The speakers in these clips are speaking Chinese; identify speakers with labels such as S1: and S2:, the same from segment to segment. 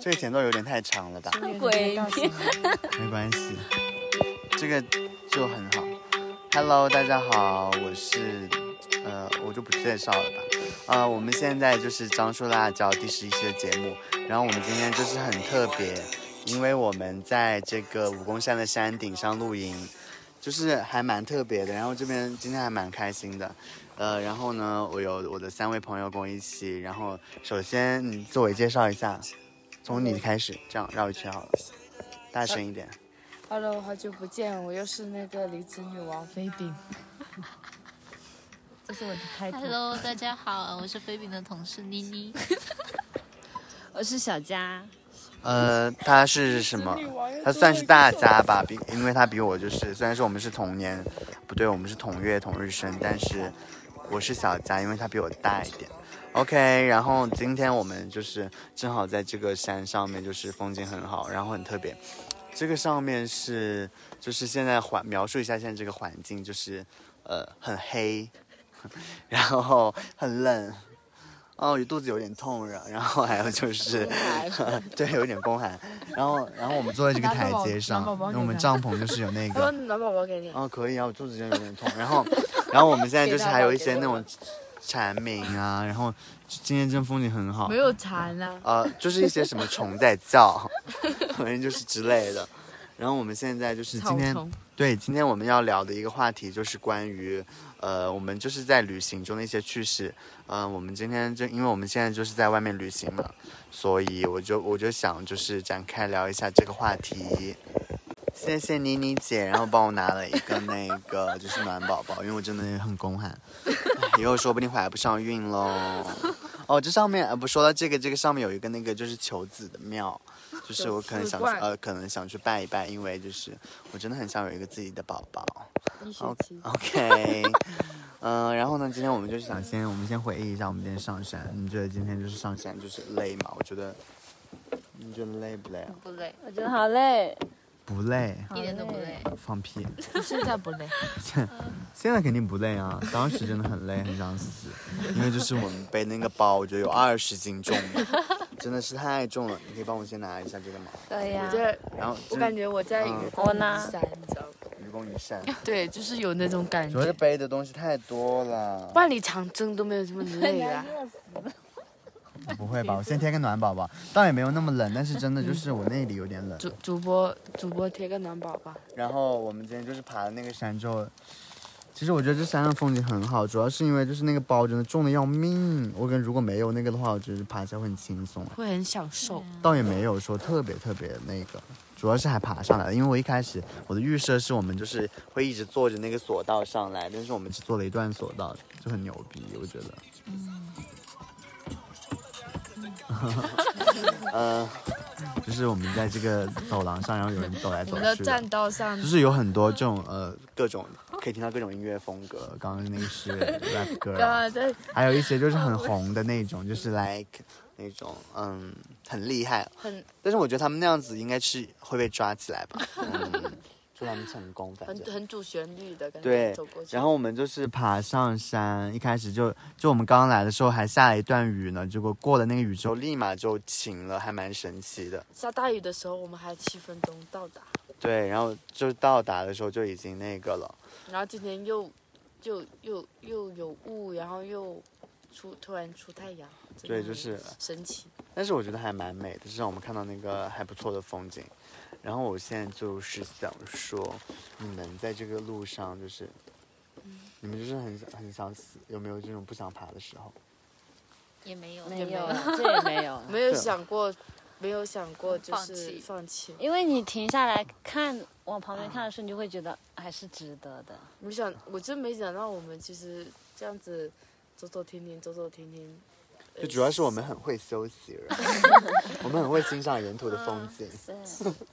S1: 这个前奏有点太长了吧？
S2: 鬼片，
S1: 没关系，这个就很好。Hello，大家好，我是呃，我就不介绍了吧。呃，我们现在就是张树辣椒第十一期的节目，然后我们今天就是很特别，因为我们在这个武功山的山顶上露营，就是还蛮特别的。然后这边今天还蛮开心的，呃，然后呢，我有我的三位朋友跟我一起，然后首先你自我介绍一下，从你开始，这样绕一圈好了，大声一点。
S3: Hello，好久不见，我又是那个离职女王飞饼。 这是我的 title。
S2: Hello，大家好，我是飞饼的同事妮妮。
S4: 我是小佳，
S1: 呃，他是什么？他算是大家吧，比因为他比我就是，虽然说我们是同年，不对，我们是同月同日生，但是我是小佳，因为他比我大一点。OK，然后今天我们就是正好在这个山上面，就是风景很好，然后很特别。这个上面是就是现在环描述一下现在这个环境，就是呃很黑， 然后很冷，哦肚子有点痛了，然后还有就是。 对，有点风寒。然后，然后我们坐在这个台阶上，
S3: 拿宝宝
S1: 那我们帐篷就是有那
S3: 他说
S1: 个，
S3: 暖宝宝给你。
S1: 哦，可以啊，我肚子真的有点痛。然后，然后我们现在就是还有一些那种蝉鸣啊，然后今天真风景很好，
S3: 有馋啊。
S1: 呃，就是一些什么虫在叫， 反正就是之类的。然后我们现在就是今天，对，今天我们要聊的一个话题就是关于，呃，我们就是在旅行中的一些趣事。嗯、我们今天就因为我们现在就是在外面旅行嘛，所以我就我就想就是展开聊一下这个话题。谢谢妮妮姐，然后帮我拿了一个那个就是暖宝宝，因为我真的很宫寒，唉以后说不定怀不上孕喽。哦，这上面呃不说到这个，这个上面有一个那个就是求子的庙，就是我可能想去
S3: 求子观
S1: 呃可能想去拜一拜，因为就是我真的很想有一个自己的宝宝。
S3: 一学
S1: 好
S3: 期。
S1: OK，嗯、然后呢，今天我们就是想先，我们先回忆一下我们今天上山。你觉得今天就是上山就是累吗？我觉得，你觉得累不累啊？
S2: 不累，
S4: 我觉得好累，
S1: 不累，
S2: 一点都不累。
S1: 放屁！
S3: 现在 不累。
S1: 现在肯定不累啊，当时真的很累，很想死，因为就是我们背那个包，我觉得有二十斤重吧，真的是太重了。你可以帮我先拿一下这个吗？
S4: 对呀
S3: 我这
S1: 然后
S3: 我感觉我在愚
S1: 嗯
S3: 公
S4: 我呢
S3: 移山，你知道吗？
S1: 愚公移山，
S3: 对，就是有那种 感
S1: 主要是
S3: 觉。
S1: 背的东西太多了。
S3: 万里长征都没有这么累 啊。
S1: 不会吧？我先贴个暖宝宝，倒也没有那么冷，但是真的就是我那里有点冷。
S3: 主主播主播贴个暖宝宝。
S1: 然后我们今天就是爬了那个山之后，其实我觉得这山上风景很好，主要是因为就是那个包真的重的要命。我跟如果没有那个的话，我觉得爬起来会很轻松，啊
S3: 会很享受，
S1: 倒也没有说特别特别那个。主要是还爬上来了，因为我一开始我的预设是我们就是会一直坐着那个索道上来，但是我们只坐了一段索道，就很牛逼，我觉得。嗯。 呃，就是我们在这个走廊上，然后有人走来走
S3: 我
S1: 去
S3: 们
S1: 的。
S3: 的栈道上
S1: 就，是有很多这种呃各种可以听到各种音乐风格，刚刚那个 是 rap 歌
S3: 刚
S1: 啊，
S3: 刚在
S1: 还有一些就是
S3: 哦
S1: 很红的那种，就是 like 那种嗯很厉害，
S3: 很
S1: 但是我觉得他们那样子应该是会被抓起来 吧，嗯，祝他们成功，反正。
S3: 很主旋律的感
S1: 对然后我们就是爬上山，一开始就就我们刚刚来的时候还下了一段雨呢，结果过了那个雨之后立马就晴了，还蛮神奇的。
S3: 下大雨的时候，我们还七分钟到达，
S1: 对，然后就到达的时候就已经那个了。
S3: 然后今天又又又又有雾，然后又出突然出太阳，真的
S1: 对就是
S3: 很神奇。
S1: 但是我觉得还蛮美的，至少我们看到那个还不错的风景。然后我现在就是想说，你们在这个路上就是，
S4: 嗯
S1: 你们就是很想很想死，有没有这种不想爬的时候？
S2: 也没有，
S4: 没
S3: 也没
S4: 有
S3: 有，
S4: 这也没有，
S3: 没有
S1: 啊
S3: 想过，没有想过就
S2: 放
S3: 是
S2: 弃
S3: 放弃，
S4: 因为你停下来看往旁边看的时候，你就会觉得还是值得的。
S3: 没想，我真没想到我们其实这样子走走停停，走走停停。
S1: 就主要是我们很会休息了，我们很会欣赏沿途的风景。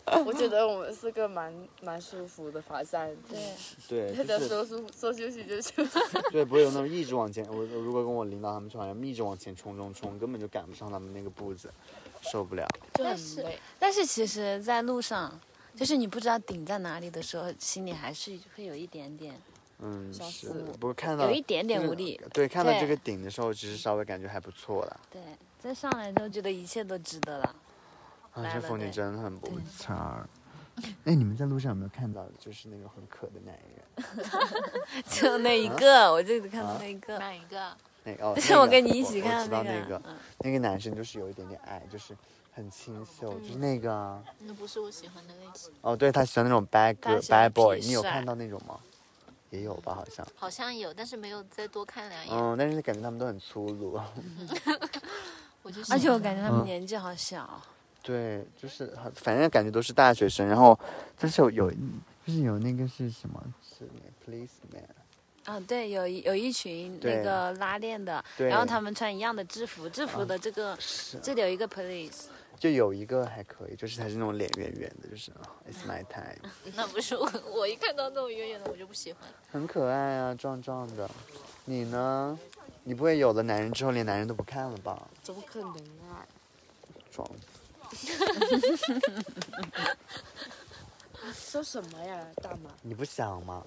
S4: 对
S3: 我觉得我们是个蛮蛮舒服的爬山，
S4: 对，
S1: 对，
S3: 大
S1: 就
S3: 家
S1: 是
S3: 说舒说休息就休息。
S1: 对，不会有那种一直往前。我我如果跟我领导他们去，好像一直往前冲冲冲，根本就赶不上他们那个步子，受不了。
S3: 就
S4: 但
S3: 很
S4: 是
S3: 累。
S4: 但是其实，在路上，就是你不知道顶在哪里的时候，心里还是会有一点点，
S1: 嗯，
S3: 想
S1: 是
S3: 死，
S1: 不过看到
S4: 有一点点
S1: 就是
S4: 无力。
S1: 对，看到这
S4: 对
S1: 个顶的时候，其实稍微感觉还不错了。
S4: 对，再上来之后觉得一切都值得了。
S1: 啊，
S4: 来
S1: 这
S4: 了
S1: 妇女
S4: 呗
S1: 真的很不差 儿。哎，你们在路上有没有看到，就是那个很渴的男人？
S4: 就那一个，我就看到
S1: 啊
S4: 那一个。
S2: 哪一个？
S1: 那 个哦，
S4: 是
S1: 那个
S4: 我跟你一起
S1: 我
S4: 看
S1: 我知道
S4: 那个
S1: 那个
S4: 嗯，
S1: 那个男生就是有一点点矮，就是很清秀，
S4: 嗯
S1: 就是那个啊。
S2: 那不是我喜欢的类型，
S1: 哦，对他喜欢那种 bad
S4: 他
S1: girl
S4: 喜欢
S1: bad boy，
S4: 痞
S1: 你有
S4: 帅
S1: 看到那种吗？也有吧，好像。
S2: 好像有，但是没有再多看两眼。
S1: 嗯，但是感觉他们都很粗鲁。
S2: 我就喜
S4: 而
S2: 欢
S4: 且我感觉他
S1: 嗯
S4: 们年纪好小，
S1: 对，就是很，反正感觉都是大学生。然后就是有有，就是有那个是什么？是那个 policeman。
S4: 啊，对，有一有一群
S1: 对
S4: 那个拉链的，
S1: 对
S4: 然后他们穿一样的制服，制服的这个、
S1: 是啊
S4: 这里有一个 police，
S1: 就有一个还可以，就是他是那种脸圆圆的，就是啊 It's my time，
S2: 那不是我，我一看到那种远远的我就不喜欢。
S1: 很可爱啊，壮壮的。你呢？你不会有了男人之后连男人都不看了吧？
S3: 怎么可能啊？
S1: 装
S3: 说什么呀，大妈？
S1: 你不想吗？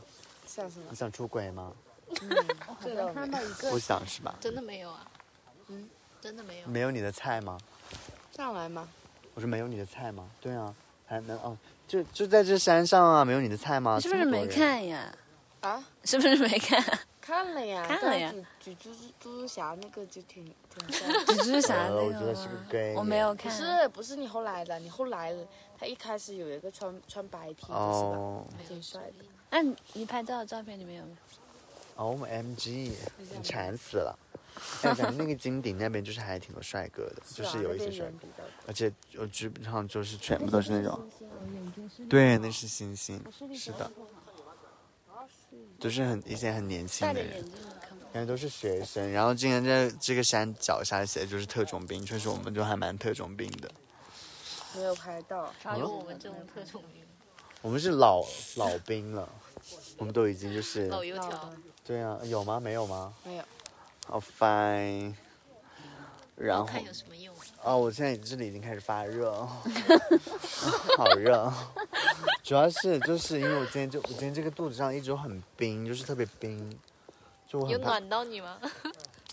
S3: 想什么
S1: 你？想出轨吗？
S3: 对了，看到一个
S1: 不想是吧？
S2: 真的没有啊？嗯，真的没有。
S1: 没有你的菜吗？
S3: 上来吗？
S1: 我说没有你的菜吗？对啊，还能哦，就就在这山上啊，没有你的菜吗？
S4: 你是不是
S1: 这么多
S4: 没
S1: 人？
S4: 看呀？
S3: 啊，
S4: 是不是没看？
S3: 看了呀，
S4: 看了呀
S3: 刚才举。举猪猪猪侠那个就挺挺帅的。
S4: 蜘蛛侠
S1: 呃我
S4: 那
S1: 觉
S4: 个
S1: 得是不是
S4: 吗？
S1: gay
S4: 我没有看
S3: 不，是不是你后来的，你后来的，他一开始有一个穿穿白 T 的是吧？
S1: 哦
S2: 没有
S3: 挺帅的
S2: 注意
S4: 那你你拍照的照片里面有没有？
S1: ，O 哦 M G，你馋死了。哎，咱们那个金顶那边就是还挺多帅哥的，
S3: 是
S1: 就
S3: 吧
S4: 啊
S1: 是有一
S3: 啊那
S1: 些
S3: 边
S1: 帅
S3: 人
S1: 哥，
S3: 比较多
S1: 而且我基本上就是全部都是那种，对，那是星星，是的，就是很一些很年轻
S4: 戴着
S1: 的
S4: 眼
S1: 人，
S4: 镜看不到。
S1: 感觉都是学生，然后竟然在这个山脚下写的就是特种兵，确实我们就还蛮特种兵的，
S3: 没有拍到，
S2: 哪有我们这种特种兵？
S1: 我们是老老兵了，我们都已经就是
S2: 老油条
S3: 的，
S1: 对啊，有吗？没有吗？
S3: 没有。
S1: 哦、fine。然后
S2: 看有什么用？啊
S1: 哦，我现在这里已经开始发热了， 好热。啊主要是就是因为我今天就我今天这个肚子上一直有很冰，就是特别冰，就我
S2: 有
S1: 很怕。
S2: 暖到你吗？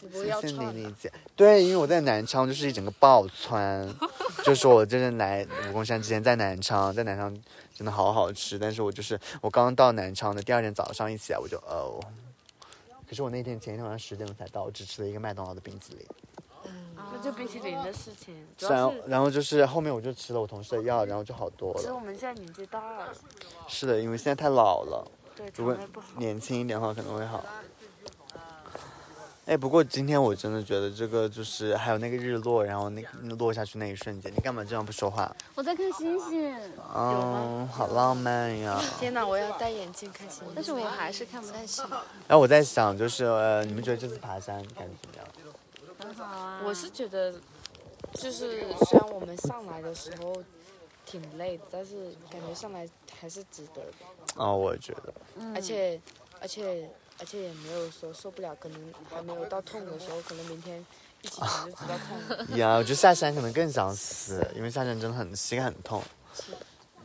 S3: 你不
S1: 谢
S3: 要
S1: 谢
S3: 唱
S1: 你理解，对，因为我在南昌就是一整个爆窜，就是我真的来武功山之前在南昌，在南昌真的好好吃，但是我就是我刚到南昌的第二天早上一起来我就哦，可是我那天前一天晚上十点钟才到，我只吃了一个麦当劳的冰淇淋，
S3: 那就冰淇淋的事情，主
S1: 然
S3: 要
S1: 后
S3: 是
S1: 然后就是后面我就吃了我同事的药，然后就好多
S3: 其实
S1: 了。
S3: 我们现在年纪大了，
S1: 是的，因为现在太老了，
S3: 对
S1: 如
S3: 肠
S1: 果
S3: 胃不好。
S1: 年轻一点的话可能会好。哎，不过今天我真的觉得这个就是还有那个日落，然后那个落下去那一瞬间，你干嘛这样不说话？
S4: 我在看星星，
S1: 嗯，好浪漫呀！
S3: 天哪，我要戴眼镜看新闻。
S4: 但是我还是看不太清。
S1: 然后我在想，就是呃，你们觉得这次爬山感觉怎么样？
S4: 很好啊
S3: 我是觉得，就是虽然我们上来的时候挺累的，但是感觉上来还是值得的，
S1: 哦，我觉得，
S3: 而且，而且，而且也没有说受不了，可能还没有到痛的时候，可能明天一起躺就知道痛 了。
S1: 呀，我觉得下山可能更想死，因为下山真的很膝盖很痛。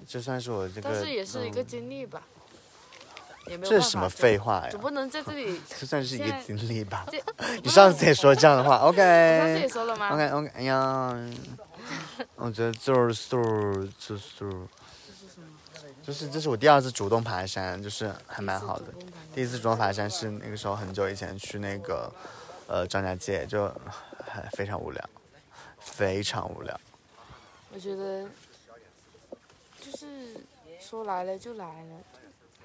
S1: 就算是我这个，
S3: 但是也是一个
S1: 嗯
S3: 经历吧，也没有
S1: 这是
S3: 办法。
S1: 什么废话呀
S3: 总？不能在这里，
S1: 这算是一个
S3: 现在
S1: 经历吧。
S3: 这 哦
S1: 你上次也说这样的话，OK。
S3: 上次也说啊了吗？
S1: 哎 OK OK，哎呀，我觉得就是就是就是，就是这是我第二次主动爬山，就是还蛮好的。第一次主动爬山是那个时候很久以前去那个呃张家界，就还非常无聊，非常无聊。
S3: 我觉得就是说来了就来了，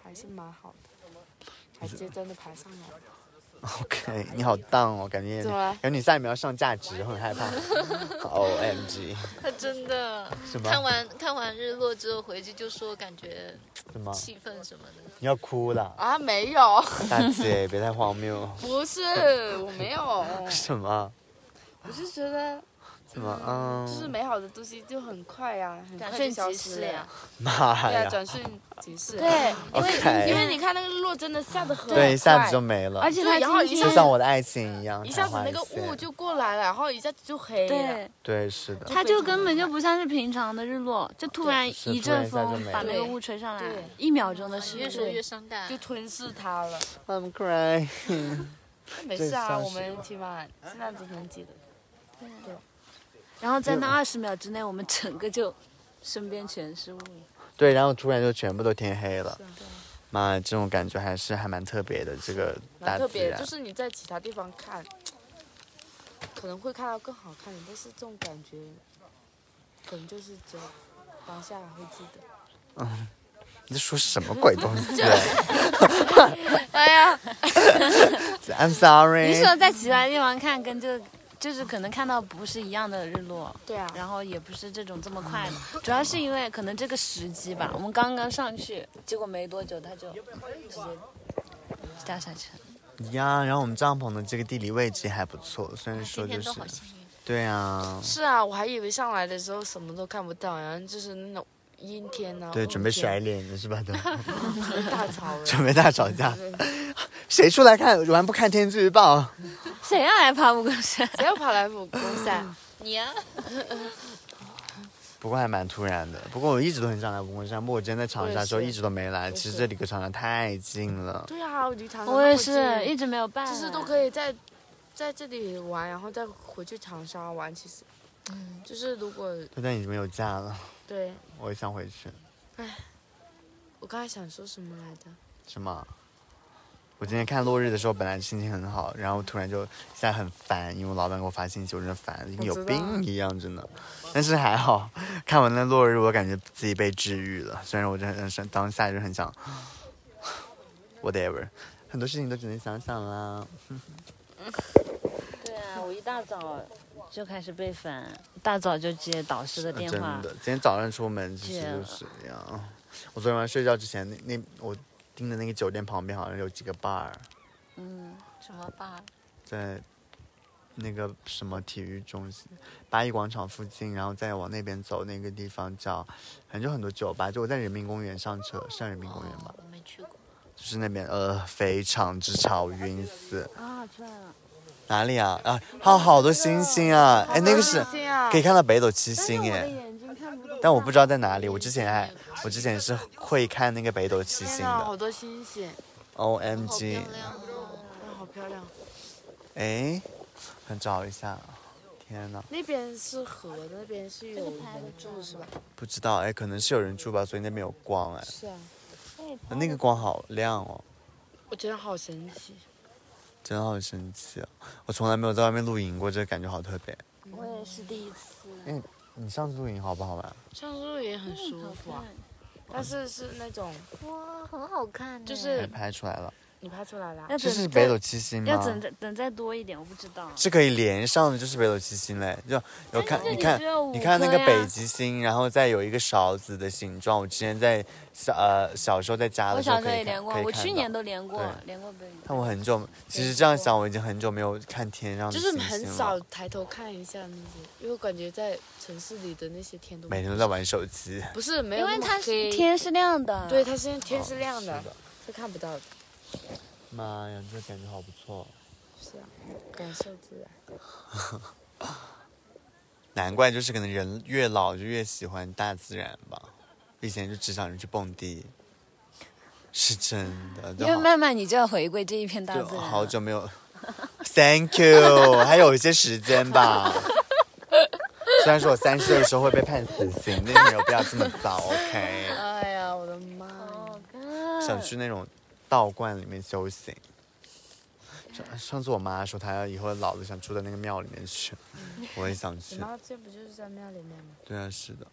S3: 还是蛮好的，还是真的爬上来了。
S1: OK，你好荡哦，感觉
S3: 怎么了
S1: 感觉你下一秒要上价值，我很害怕。OMG，
S2: 他真的
S1: 什么
S2: 看完看完日落之后回去就说感觉
S1: 什么？
S2: 气氛什么的，
S1: 你要哭了，
S3: 啊，没有，
S1: 大姐，别太荒谬。
S3: 不是，我没 有，
S1: 什么？
S3: 我是觉得
S1: 怎么？嗯，
S3: 就是美好的东西就很快呀、啊很
S4: 转
S3: 快
S4: 瞬
S3: 就消
S4: 即
S3: 失
S4: 逝
S3: 了
S4: 呀
S3: 呀。。
S1: 妈
S3: 对啊，
S1: 哎呀！
S3: 转瞬即逝。
S4: 对，
S1: 因 为
S3: 因为你看那个日落真的下的很
S1: 对，一下子就
S3: 快
S1: 没了，
S4: 而且他
S3: 对然后
S4: 今
S3: 一
S1: 就
S3: 下
S4: 天
S1: 像我的爱情一样，
S3: 一下子
S1: 昙花
S3: 那个
S1: 现
S3: 雾就过来了，然后一下子就黑了。
S4: 对，
S1: 对，是的，
S4: 它就根本就不像是平常的日落，就突然
S1: 是
S4: 一
S1: 突然
S4: 阵
S1: 一下就
S4: 风
S1: 没
S4: 把那个
S3: 了
S4: 雾吹上来
S3: 对，
S4: 一秒钟的
S2: 越说
S4: 事情。
S2: 越伤感
S3: 就。吞噬它了，
S1: I'm crying。
S3: 没事啊，
S1: 像
S3: 我
S1: 是
S3: 们起码现在都能记得。
S4: 然后在那二十秒之内，我们整个就身边全是雾。
S1: 对，然后突然就全部都天黑了。
S3: 啊
S1: 妈，呀，这种感觉还是还蛮特别的，这个大啊
S3: 蛮特
S1: 自
S3: 别的，
S1: 然
S3: 就。是你在其他地方看，可能会看到更好看的，但是这种感觉，可能就是只有当下会记得。
S1: 你在说什么鬼东 西
S2: 哎呀，
S1: ？I'm sorry
S4: 你。说在其他地方看，跟就就是可能看到不是一样的日落，
S3: 对啊，
S4: 然后也不是这种这么快的，主要是因为可能这个时机吧，我们刚刚上去，结果没多久它就直接掉下去了。
S1: 呀，然后我们帐篷的这个地理位置还不错，虽
S3: 啊
S1: 然说
S2: 今
S1: 就
S2: 天都
S1: 是
S2: 好幸运，
S1: 对啊，
S3: 是啊，我还以为上来的时候什么都看不到，然后就是那种阴天呐、啊，
S1: 对，准备甩
S3: 甩
S1: 脸了是吧？都
S3: 大 潮了。
S1: 准备大吵架，谁出来看玩不看天气预报？
S4: 谁要来爬武功山？
S3: 谁要跑来武功山？
S2: 你啊呀、
S1: 不过还蛮突然的，不过我一直都很想来武功山，不过我之前在长沙的时候
S3: 我也
S1: 一
S3: 是
S1: 直都没来。
S3: 是
S1: 其实这里离长沙太近了，
S3: 对啊，我离长沙
S4: 我也
S3: 那么
S4: 是
S3: 近
S4: 一直没有办，
S3: 就是都可以在在这里玩，然后再回去长沙玩。其实，就是如果
S1: 对，但已经没有假了，
S3: 对
S1: 我也想回去。
S3: 我刚才想说什么来着？
S1: 什么？我今天看落日的时候，本来心情很好，然后突然就现在很烦，因为我老板给我发信息，我真的烦，跟有病一样，真的。但是还好，看完那落日，我感觉自己被治愈了。虽然我真的很想当下就很想，whatever，很多事情都只能想想啊啦。
S4: 对啊，我一大早就开始被烦，大早就接导师的电
S1: 啊真
S4: 话
S1: 的，，今天早上出门其实就是这样。我昨天晚上睡觉之前，那那我订的那个酒店旁边好像有几个 bar，
S2: 什么吧？
S1: 在那个什么体育中心八一广场附近，然后再往那边走，那个地方叫反正就很多酒吧，就我在人民公园上车，上人民公园吧
S2: 哦，，我没去过。
S1: 就是那边呃非常之吵，晕死。
S4: 啊，出来了。
S1: 哪里啊？啊，还有好多星星啊！哎，那个是
S3: 星星啊
S1: 可以看到北斗七星
S4: 我的
S1: 耶。
S4: 眼睛看不到。
S1: 但我不知道在哪里。我之前还，我之前是会看那个北斗七
S3: 天
S1: 星
S3: 呐，好
S1: 的。
S3: 多星星，
S1: O
S2: 好
S1: M
S2: 漂
S1: G，
S2: 亮哦！
S3: 哇，好漂亮！
S1: 哎，我找一下。啊天哪，
S3: 那边是河，那边是有人住是吧？
S1: 不知道哎，可能是有人住吧，所以那边有光哎。
S3: 是啊，
S1: 那个光好亮哦，
S3: 我觉得好神奇。
S1: 真好神奇、哦！我从来没有在外面露营过，这个感觉好特别。
S4: 我也是第一次。
S1: 你上次露营好不好玩？
S3: 上树也很舒服啊，嗯但是是那种
S2: 哇，很好看呢，
S3: 就是
S1: 还拍出来了，
S3: 你拍出来了啊，
S4: 要
S1: 这
S4: 等
S1: 是
S4: 再
S1: 北斗七星
S4: 要
S1: 吗？
S4: 等再等再多一点，我不知道。
S1: 是可以连上的，就是北斗七星嘞。就有看，
S4: 这
S1: 你
S4: 里
S1: 看
S4: 只有，五
S1: 你看那
S4: 颗
S1: 个
S4: 呀
S1: 北极星，然后再有一个勺子的形状。我之前在小呃小时候在家
S4: 我
S1: 的时
S4: 小
S1: 候
S4: 时
S1: 可
S4: 候
S1: 以
S4: 也
S1: 看，
S4: 连过
S1: 可，以
S4: 我
S1: 看
S4: 去
S1: 到
S4: 年。都连过
S1: 对，
S4: 连过北斗。
S1: 但我很久，其实这样想，我已经很久没有看天上的
S3: 就
S1: 星星
S3: 是
S1: 了。
S3: 很少抬头看一下那些，因为我感觉在城市里的那些天都
S1: 每天都在玩手机。
S3: 不是没
S4: 因
S3: 有
S4: 为
S3: 那么
S4: 它是
S3: 黑，
S4: 天是亮的，
S3: 对，它是天是亮
S1: 哦是
S3: 的
S1: 的，
S3: 是看不到的。
S1: 妈呀，这感觉好不错。
S3: 是啊，感受自然。
S1: 难怪就是可能人越老就越喜欢大自然吧，以前就只想着去蹦迪，是真的。就
S4: 因为
S1: 好
S4: 慢慢你就要回归这一片大自
S1: 就
S4: 然了。
S1: 好久没有，Thank you，还有一些时间吧。虽然说我三十岁的时候会被判死刑，但是没有必要这么早，OK？
S3: 哎呀，我的妈呀！
S1: 想去那种道观里面修行。上上次我妈说她要以后老了想住在那个庙里面去，我也想
S3: 你
S1: 去。
S4: 嗯
S3: 妈这不就是在庙里面吗？
S1: 对啊，是的。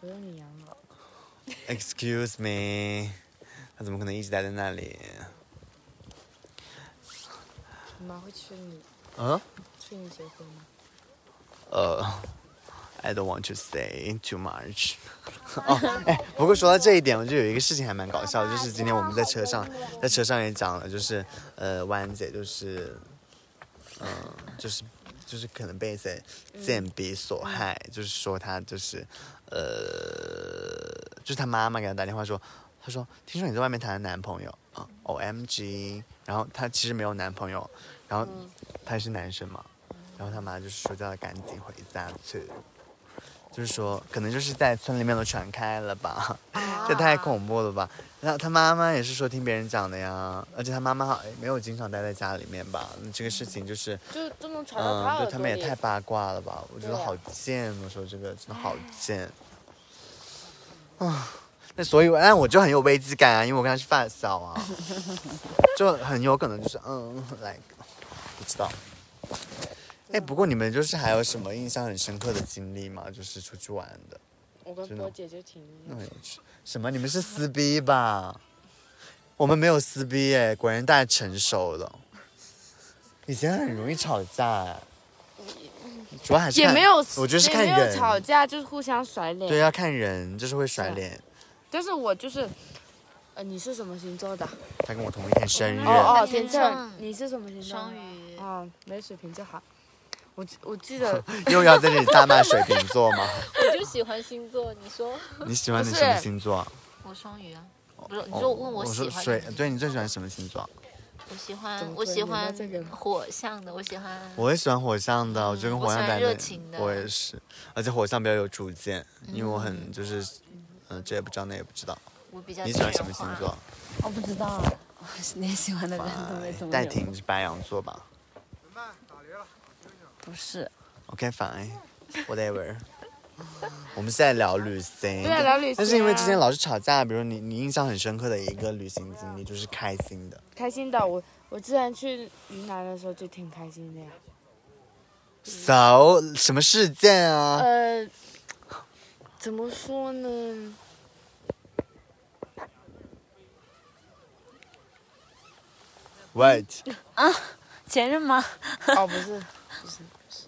S3: 不用你养老，
S1: Excuse me，他怎么可能一直待在那里？
S3: 你妈会催你
S1: 嗯，
S3: 催你结婚吗？
S1: 呃，I don't want to say too much。哦，哎，不过说到这一点，我就有一个事情还蛮搞笑的，就是今呃天我们在车上，在车上也讲了，就是呃，弯姐就是，嗯、就是就是可能被一些贱逼所害，就是说她就是，呃，就是她妈妈给她打电话说，她说听说你在外面谈的男朋友啊，O M G，然后她其实没有男朋友，然后她也是男生嘛，然后她妈就是说叫她赶紧回家去。就是说可能就是在村里面都传开了吧，这太恐怖了吧。然后他妈妈也是说听别人讲的呀，而且他妈妈好像没有经常待在家里面吧，这个事情就是。
S3: 就都能传到他
S1: 嗯，
S3: 耳
S1: 对他
S3: 朵
S1: 们也
S3: 里。
S1: 太八卦了吧！我觉得
S3: 对啊
S1: 好贱，我说这个真的好贱。啊，那所以，哎，我就很有危机感啊，因为我跟他是发小 啊，就很有可能就是嗯，来，不知道。哎，不过你们就是还有什么印象很深刻的经历吗？就是出去玩的，
S3: 我跟
S1: 真的
S3: 波姐就挺
S1: 那很有趣。哎什么？你们是撕逼吧？我们没有撕逼哎，果然大家成熟了。以前很容易吵架哎，主要还是
S3: 也
S1: 看
S3: 没有，
S1: 我觉得是看
S3: 也没有
S1: 人，
S3: 吵架，就是互相甩脸。
S1: 对，要啊看人，就是会甩脸。
S3: 但是我就是，呃，你是什么星座的？
S1: 他跟我同一天生日，
S2: 哦
S3: 哦哦，
S2: 天
S3: 天
S2: 秤
S3: 秤。你是什么星座？
S2: 双。鱼，
S3: 哦，没水平就好。我记我 记得
S1: 又要在这里大骂水瓶座吗？
S4: 我就喜欢星座，你说？
S1: 你喜欢的
S3: 不是
S1: 什么星座？哦
S2: 我双鱼啊。不是，你说问
S1: 我
S2: 喜
S1: 说
S2: 欢
S1: 水
S2: 的，，
S1: 对你最喜欢什么星座？
S2: 我喜
S3: 怎
S2: 欢
S3: 么
S2: 我
S3: 突然
S2: 喜
S3: 连到
S2: 欢
S3: 这个了
S2: 火象的，我喜欢
S1: 我也喜欢火象的，我觉得跟火象
S2: 嗯我喜
S1: 待
S2: 欢
S1: 在
S2: 热情的
S1: 我也是，而且火象比较有主见，因为我很就是，嗯，这也不知道那也不知道。
S2: 我比较
S1: 你喜欢什么星座？
S4: 我不知道，啊连喜欢的人都没怎么
S1: 戴
S4: 有。
S1: 婷是白羊座吧
S4: 不是，
S1: ？OK fine whatever 。 我们现在聊旅行，
S3: 对啊聊旅行啊
S1: 但是因为之前老是吵架，比如你你印象很深刻的一个旅行经历，就是开心的，
S3: 开心的，我我之前去云南的时候就挺开心的呀。
S1: so 什么事件啊？
S3: 呃，怎么说呢？
S1: Wait，
S4: 前任吗？
S3: 哦，不是，不是，不是，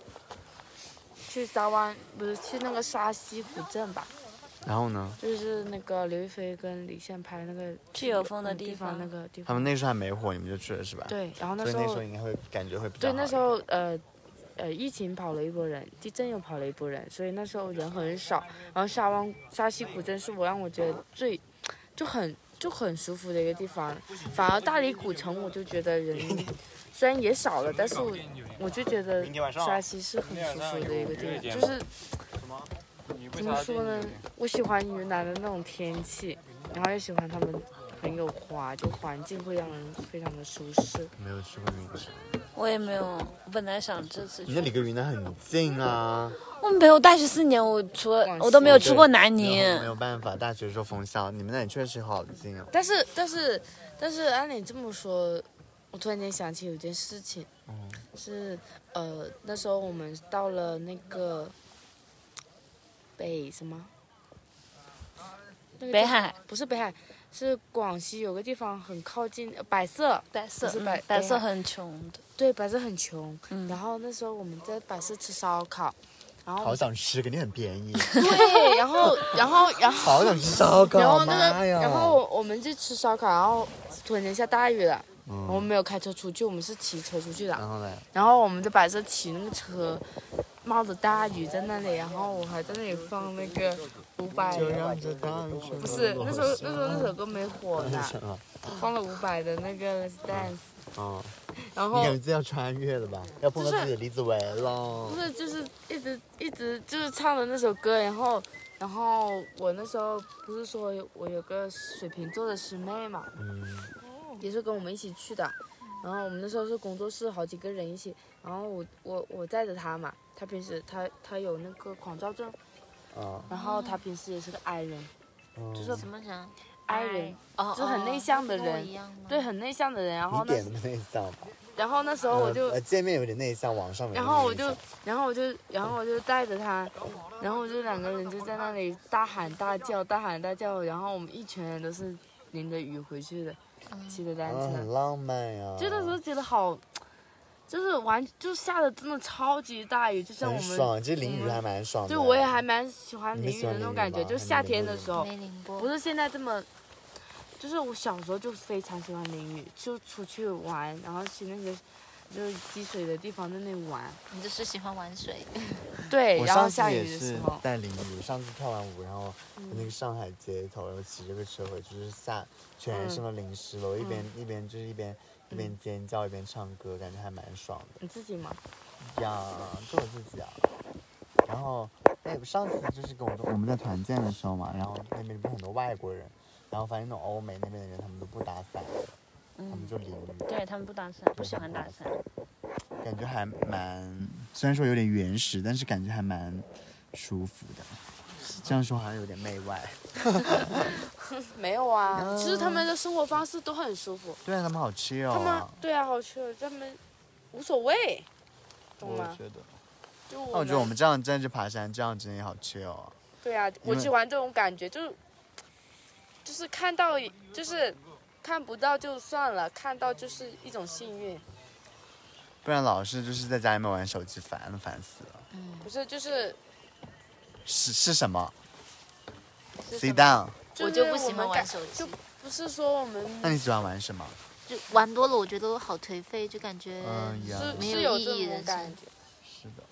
S3: 去沙湾不是去那个沙溪古镇吧？
S1: 然后呢？
S3: 就是那个刘亦菲跟李现拍那个
S4: 去有风的
S3: 嗯地
S4: 地方
S3: 那个地
S1: 他
S3: 方。
S1: 们那时候还没火，你们就去了是吧？，
S3: 对，然后那
S1: 啊所以
S3: 时
S1: 那时
S3: 候
S1: 候应该会感觉会比较
S3: 对
S1: 好。
S3: 那时候呃呃疫情跑了一波人，地震又跑了一波人，所以那时候人很少。然后沙湾沙溪古镇是我让我觉得最就很就很舒服的一个地方，反而大理古城我就觉得 人虽然也少了，但是我我就觉得沙溪是很舒服的一个地方，就是怎么说呢？我喜欢云南的那种天气，然后又喜欢他们很有花，就环境会让人非常的舒适。
S1: 没有去过云南，
S4: 我也没有。我本来想这次
S1: 你那
S4: 去，
S1: 里跟云南很近啊，
S4: 我没有大学四年，我除了
S3: 广西
S4: 我都没有去过
S1: 没
S4: 南宁。
S1: 有没有办法，大学的时候封校，你们那里确实好近哦。
S3: 但是但是但是按你这么说，我突然间想起有件事情，
S1: 嗯
S3: 是呃那时候我们到了那个北什么？那个地
S4: 北海
S3: 不是北海，是广西有个地方很靠近呃百色，
S4: 白色，
S3: 不是百
S4: 嗯白色
S3: 北海
S4: 很穷的。
S3: 对百色很穷。
S4: 嗯
S3: 然后那时候我们在百色吃烧烤，然后
S1: 好想吃，肯定很便宜。
S3: 对，然后然后然后
S1: 好想吃烧烤，
S3: 然后那
S1: 妈
S3: 个，
S1: 呀
S3: 然后我我们就吃烧烤，然后突然间下大雨了，
S1: 嗯
S3: 我们没有开车出去，我们是骑车出去的。
S1: 然后嘞，
S3: 然后我们就摆着骑那个车，冒着大雨在那里，然后我还在那里放那个伍佰
S1: 就
S3: 的，
S1: 让这大雨
S3: 不是那时候那时候那首歌没火呢，
S1: 什么？
S3: 放了伍佰的那个 Let's Dance，
S1: 哦，
S3: 然
S1: 你感
S3: 后
S1: 觉自己要穿越了吧？要碰到自己的李子维了
S3: 不。是就是一直一直就是唱的那首歌，然后然后我那时候不是说我有个水瓶座的师妹嘛，
S1: 嗯，
S3: 也是跟我们一起去的。然后我们那时候是工作室好几个人一起，然后我我我载着他嘛，他平时他他有那个狂躁症，
S1: 啊，
S3: 然后他平时也是个 I 人，
S1: 就
S3: 就是
S2: 怎么讲？
S3: I 人，
S2: 哦，
S3: 就很
S2: 哦
S3: 内向的
S2: 跟我
S3: 人
S2: 一样吗
S3: 对，很内向的人。然后
S1: 你
S3: 那
S1: 点那么内向吧？
S3: 然后那时候我就
S1: 呃，见面有点内向，网上没那
S3: 然
S1: 么
S3: 后我
S1: 内向
S3: 就，然后我就，然后我就带着他，然后我就两个人就在那里大喊大叫，大喊大叫，然后我们一群人都是淋着雨回去的，
S2: 嗯
S3: 骑着单
S1: 啊，很
S3: 车，
S1: 浪漫呀。
S3: 就那时候觉得好，就是完就下的真的超级大雨，就像我
S1: 很
S3: 们，
S1: 爽，其实淋雨还蛮爽的。
S3: 对我也还蛮喜欢淋
S1: 你们
S3: 雨
S1: 喜欢
S3: 的那
S1: 淋
S3: 种
S1: 雨
S3: 感
S1: 吗
S3: 觉，就
S1: 还是
S3: 夏
S1: 淋
S3: 天
S1: 雨
S3: 的
S1: 的
S3: 时候，
S2: 没淋过，
S3: 不是现在这么，就是我小时候就非常喜欢淋雨，就出去玩，然后去那些就是积水的地方在那里玩。
S2: 你就是喜欢玩水，
S3: 对，
S1: 我
S3: 然后
S1: 上次
S3: 下
S1: 也
S3: 雨的时
S1: 是
S3: 候，
S1: 在淋雨，上次跳完舞，然后在那个上海街头，然后骑这个车回去，就是下
S3: 嗯
S1: 全身都淋湿了，我一边一边就是一边一边尖叫一边唱歌，感觉还蛮爽的
S3: 你自己嘛，
S1: 呀，就我自己啊。然后在上次就是跟我的我们在团建的时候嘛，然后那边不是很多外国人，然后反正那种欧美那边的人他们都不打伞，他们
S4: 嗯，
S1: 就淋雨，
S4: 对他们不打伞，不喜欢打伞。
S1: 感觉还蛮，虽然说有点原始，但是感觉还蛮舒服的。这样说好像有点媚外，
S3: 没有啊，其实他们的生活方式都很舒服，
S1: 对啊，他们好 chill
S3: 他们
S1: 啊，
S3: 对啊，好吃，他们无所谓，懂
S1: 我
S3: 吗？
S1: 觉得。
S3: 就
S1: 那我觉得我们这样站着爬山，这样真的也好 chill 啊。
S3: 对啊，我
S1: 为
S3: 喜欢这种感觉，就是就是看到就是看不到就算了，看到就是一种幸运，
S1: 不然老是就是在家里面玩手机，烦了烦死了。
S3: 不是就是
S1: 是是什么
S2: 是什
S1: ？Sit
S2: 么
S1: down。
S2: 我
S3: 是
S2: 就不喜
S3: 们
S2: 欢玩
S3: 感
S2: 手机
S3: 就，不是说我
S1: 那
S3: 们
S1: 你喜欢玩什么？
S2: 就玩多了，我觉得好颓废，就感觉
S1: 嗯呀，
S3: 是
S2: 没
S3: 是
S2: 有
S3: 有
S2: 意
S3: 这
S2: 义
S3: 种
S2: 人
S3: 感
S2: 生
S3: 觉，
S1: 是的，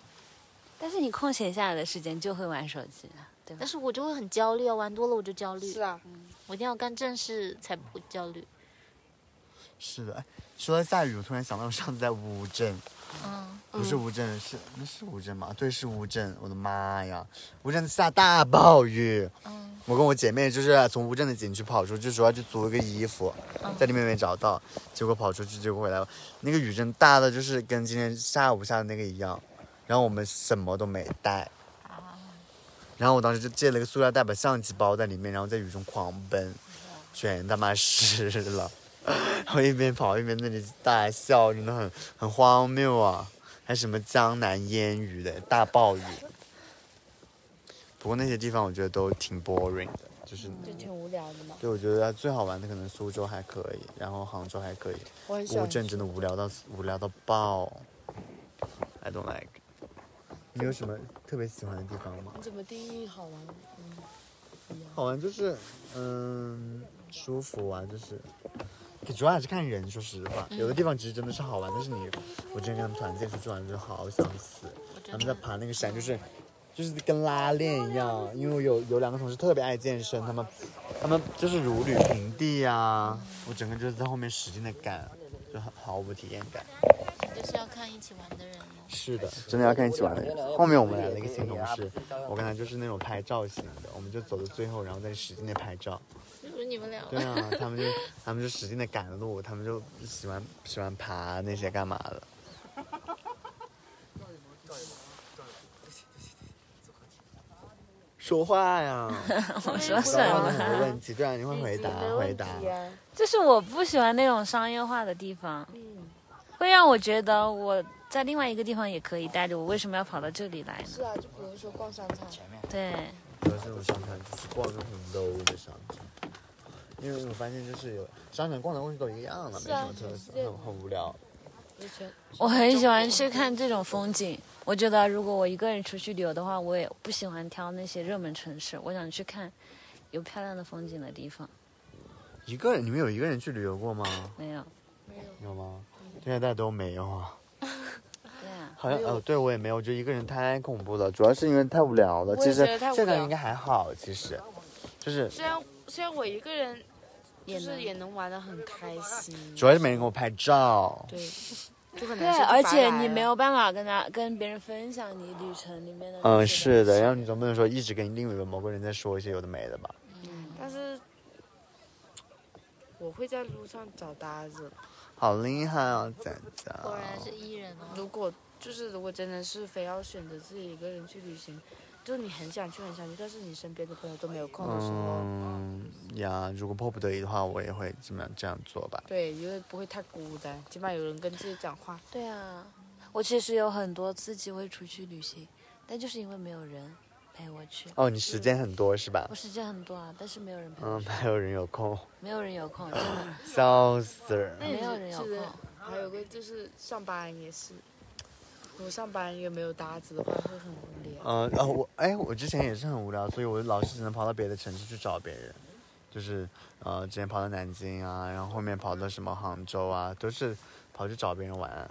S4: 但是你空闲下来的时间就会玩手机，对吧
S2: 但？是我就会很焦虑啊，玩多了我就焦虑
S3: 是，啊，
S2: 我一定要干正事才不会焦虑。
S1: 是的。哎说到下雨，我突然想到我上次在乌镇，
S2: 嗯，
S1: 不是乌镇，是那是乌镇吗？对，是乌镇。我的妈呀，乌镇下大暴雨。
S2: 嗯
S1: 我跟我姐妹就是从乌镇的景区跑出去，说要去租一个衣服，在里面没找到，结果跑出去，结果回来那个雨真大的就是跟今天下午下的那个一样，然后我们什么都没带，然后我当时就借了个塑料袋，把相机包在里面，然后在雨中狂奔，全他妈湿了， 然后一边跑一边在那里大笑，真的很很荒谬啊，还什么江南烟雨的大暴雨。不过那些地方我觉得都挺 boring 的，就是
S3: 就挺无聊的嘛。
S1: 对我觉得最好玩的可能苏州还可以，然后杭州还可以，
S3: 我很喜
S1: 乌
S3: 欢
S1: 镇真的无聊到无聊到爆。I don't like。你有什么特别喜欢的地方吗？
S3: 你怎么定义好玩？
S1: 好玩就是，嗯，舒服啊，就是，主要还是看人。说实话，有的地方其实真的是好玩，但是你，我之前跟他们团建出去玩，就好想死。他
S2: 我真
S1: 们在
S2: 的
S1: 爬那个山，就是就是跟拉练一样，因为我有有两个同事特别爱健身，他们他们就是如履平地啊，我整个就是在后面使劲的赶，就很毫无体验感。
S2: 就是要看一起玩的人哦了。
S1: 是的，真的要看一起玩的人。后面我们来了一个新同事，我跟他就是那种拍照型的，我们就走到最后，然后再使劲的拍照。
S2: 就是你们俩
S1: 对啊，他们就他们就使劲的赶路，他们就喜欢喜欢爬那些干嘛的。说话呀！
S4: 我说
S1: 不
S4: 什
S1: 要问
S4: 么？
S1: 很多问题，对啊，你会回答
S3: 没
S1: 回
S3: 问
S1: 答。
S3: 题啊，
S4: 就是我不喜欢那种商业化的地方，
S3: 嗯，
S4: 会让我觉得我在另外一个地方也可以待着，我为什么要跑到这里来呢？
S3: 是啊，就比如说逛商场，
S4: 对，
S1: 主要是那种商场就是逛那种很 low 的商场，因为我发现就是有商场逛来逛去都一样了，没
S3: 是
S1: 什
S3: 啊
S1: 么特色，
S3: 全世界
S1: 很很无聊。
S3: 就全
S4: 我很喜欢去看这种风景。我觉得如果我一个人出去旅游的话，我也不喜欢挑那些热门城市，我想去看有漂亮的风景的地方。
S1: 一个人，你们有一个人去旅游过吗？
S4: 没有，
S1: 有吗？对啊，大家都没有啊。
S4: 对啊，
S1: 好像呃，对我也没有，我觉得一个人太恐怖了，主要是因为太无聊了。
S3: 我也
S1: 其实
S3: 觉得太无
S1: 这个
S3: 聊
S1: 应该还好，其实就是
S3: 虽然虽然我一个人，就
S4: 也
S3: 是
S4: 能
S3: 也能玩的很开心，
S1: 主要是没人给我拍照。
S3: 对，就很
S4: 对啊
S3: 难受。，
S4: 而且你没有办法跟他跟别人分享你旅程里面的。
S1: 嗯，是的，然后你总不能说一直跟另一个某个人在说一些有的没的吧？
S3: 但是我会在路上找搭子。
S1: 好厉害啊，仔仔！
S2: 果然是 E 人哦，
S3: 如果就是如果真的是非要选择自己一个人去旅行，就是你很想去很想去，但是你身边的朋友都没有空的时候，
S1: 嗯呀，如果迫不得已的话，我也会怎么样这样做吧。
S3: 对，因为不会太孤单，起码有人跟自己讲话。
S4: 对啊，我其实有很多次机会出去旅行，但就是因为没有人陪我去。
S1: 哦，你时间很多是吧
S4: 我？时间很多啊，但是没有人陪我
S1: 嗯，
S4: 去，
S1: 没有人有空，
S4: 没有人有空，真的
S1: 笑死人。
S4: 没有人有空。
S3: 还有个就是上班也是，我上班也没有搭子的话会很无聊。
S1: 嗯，哦，我哎，我之前也是很无聊，所以我老是只能跑到别的城市去找别人，就是呃，之前跑到南京啊，然后后面跑到什么杭州啊，都是跑去找别人玩。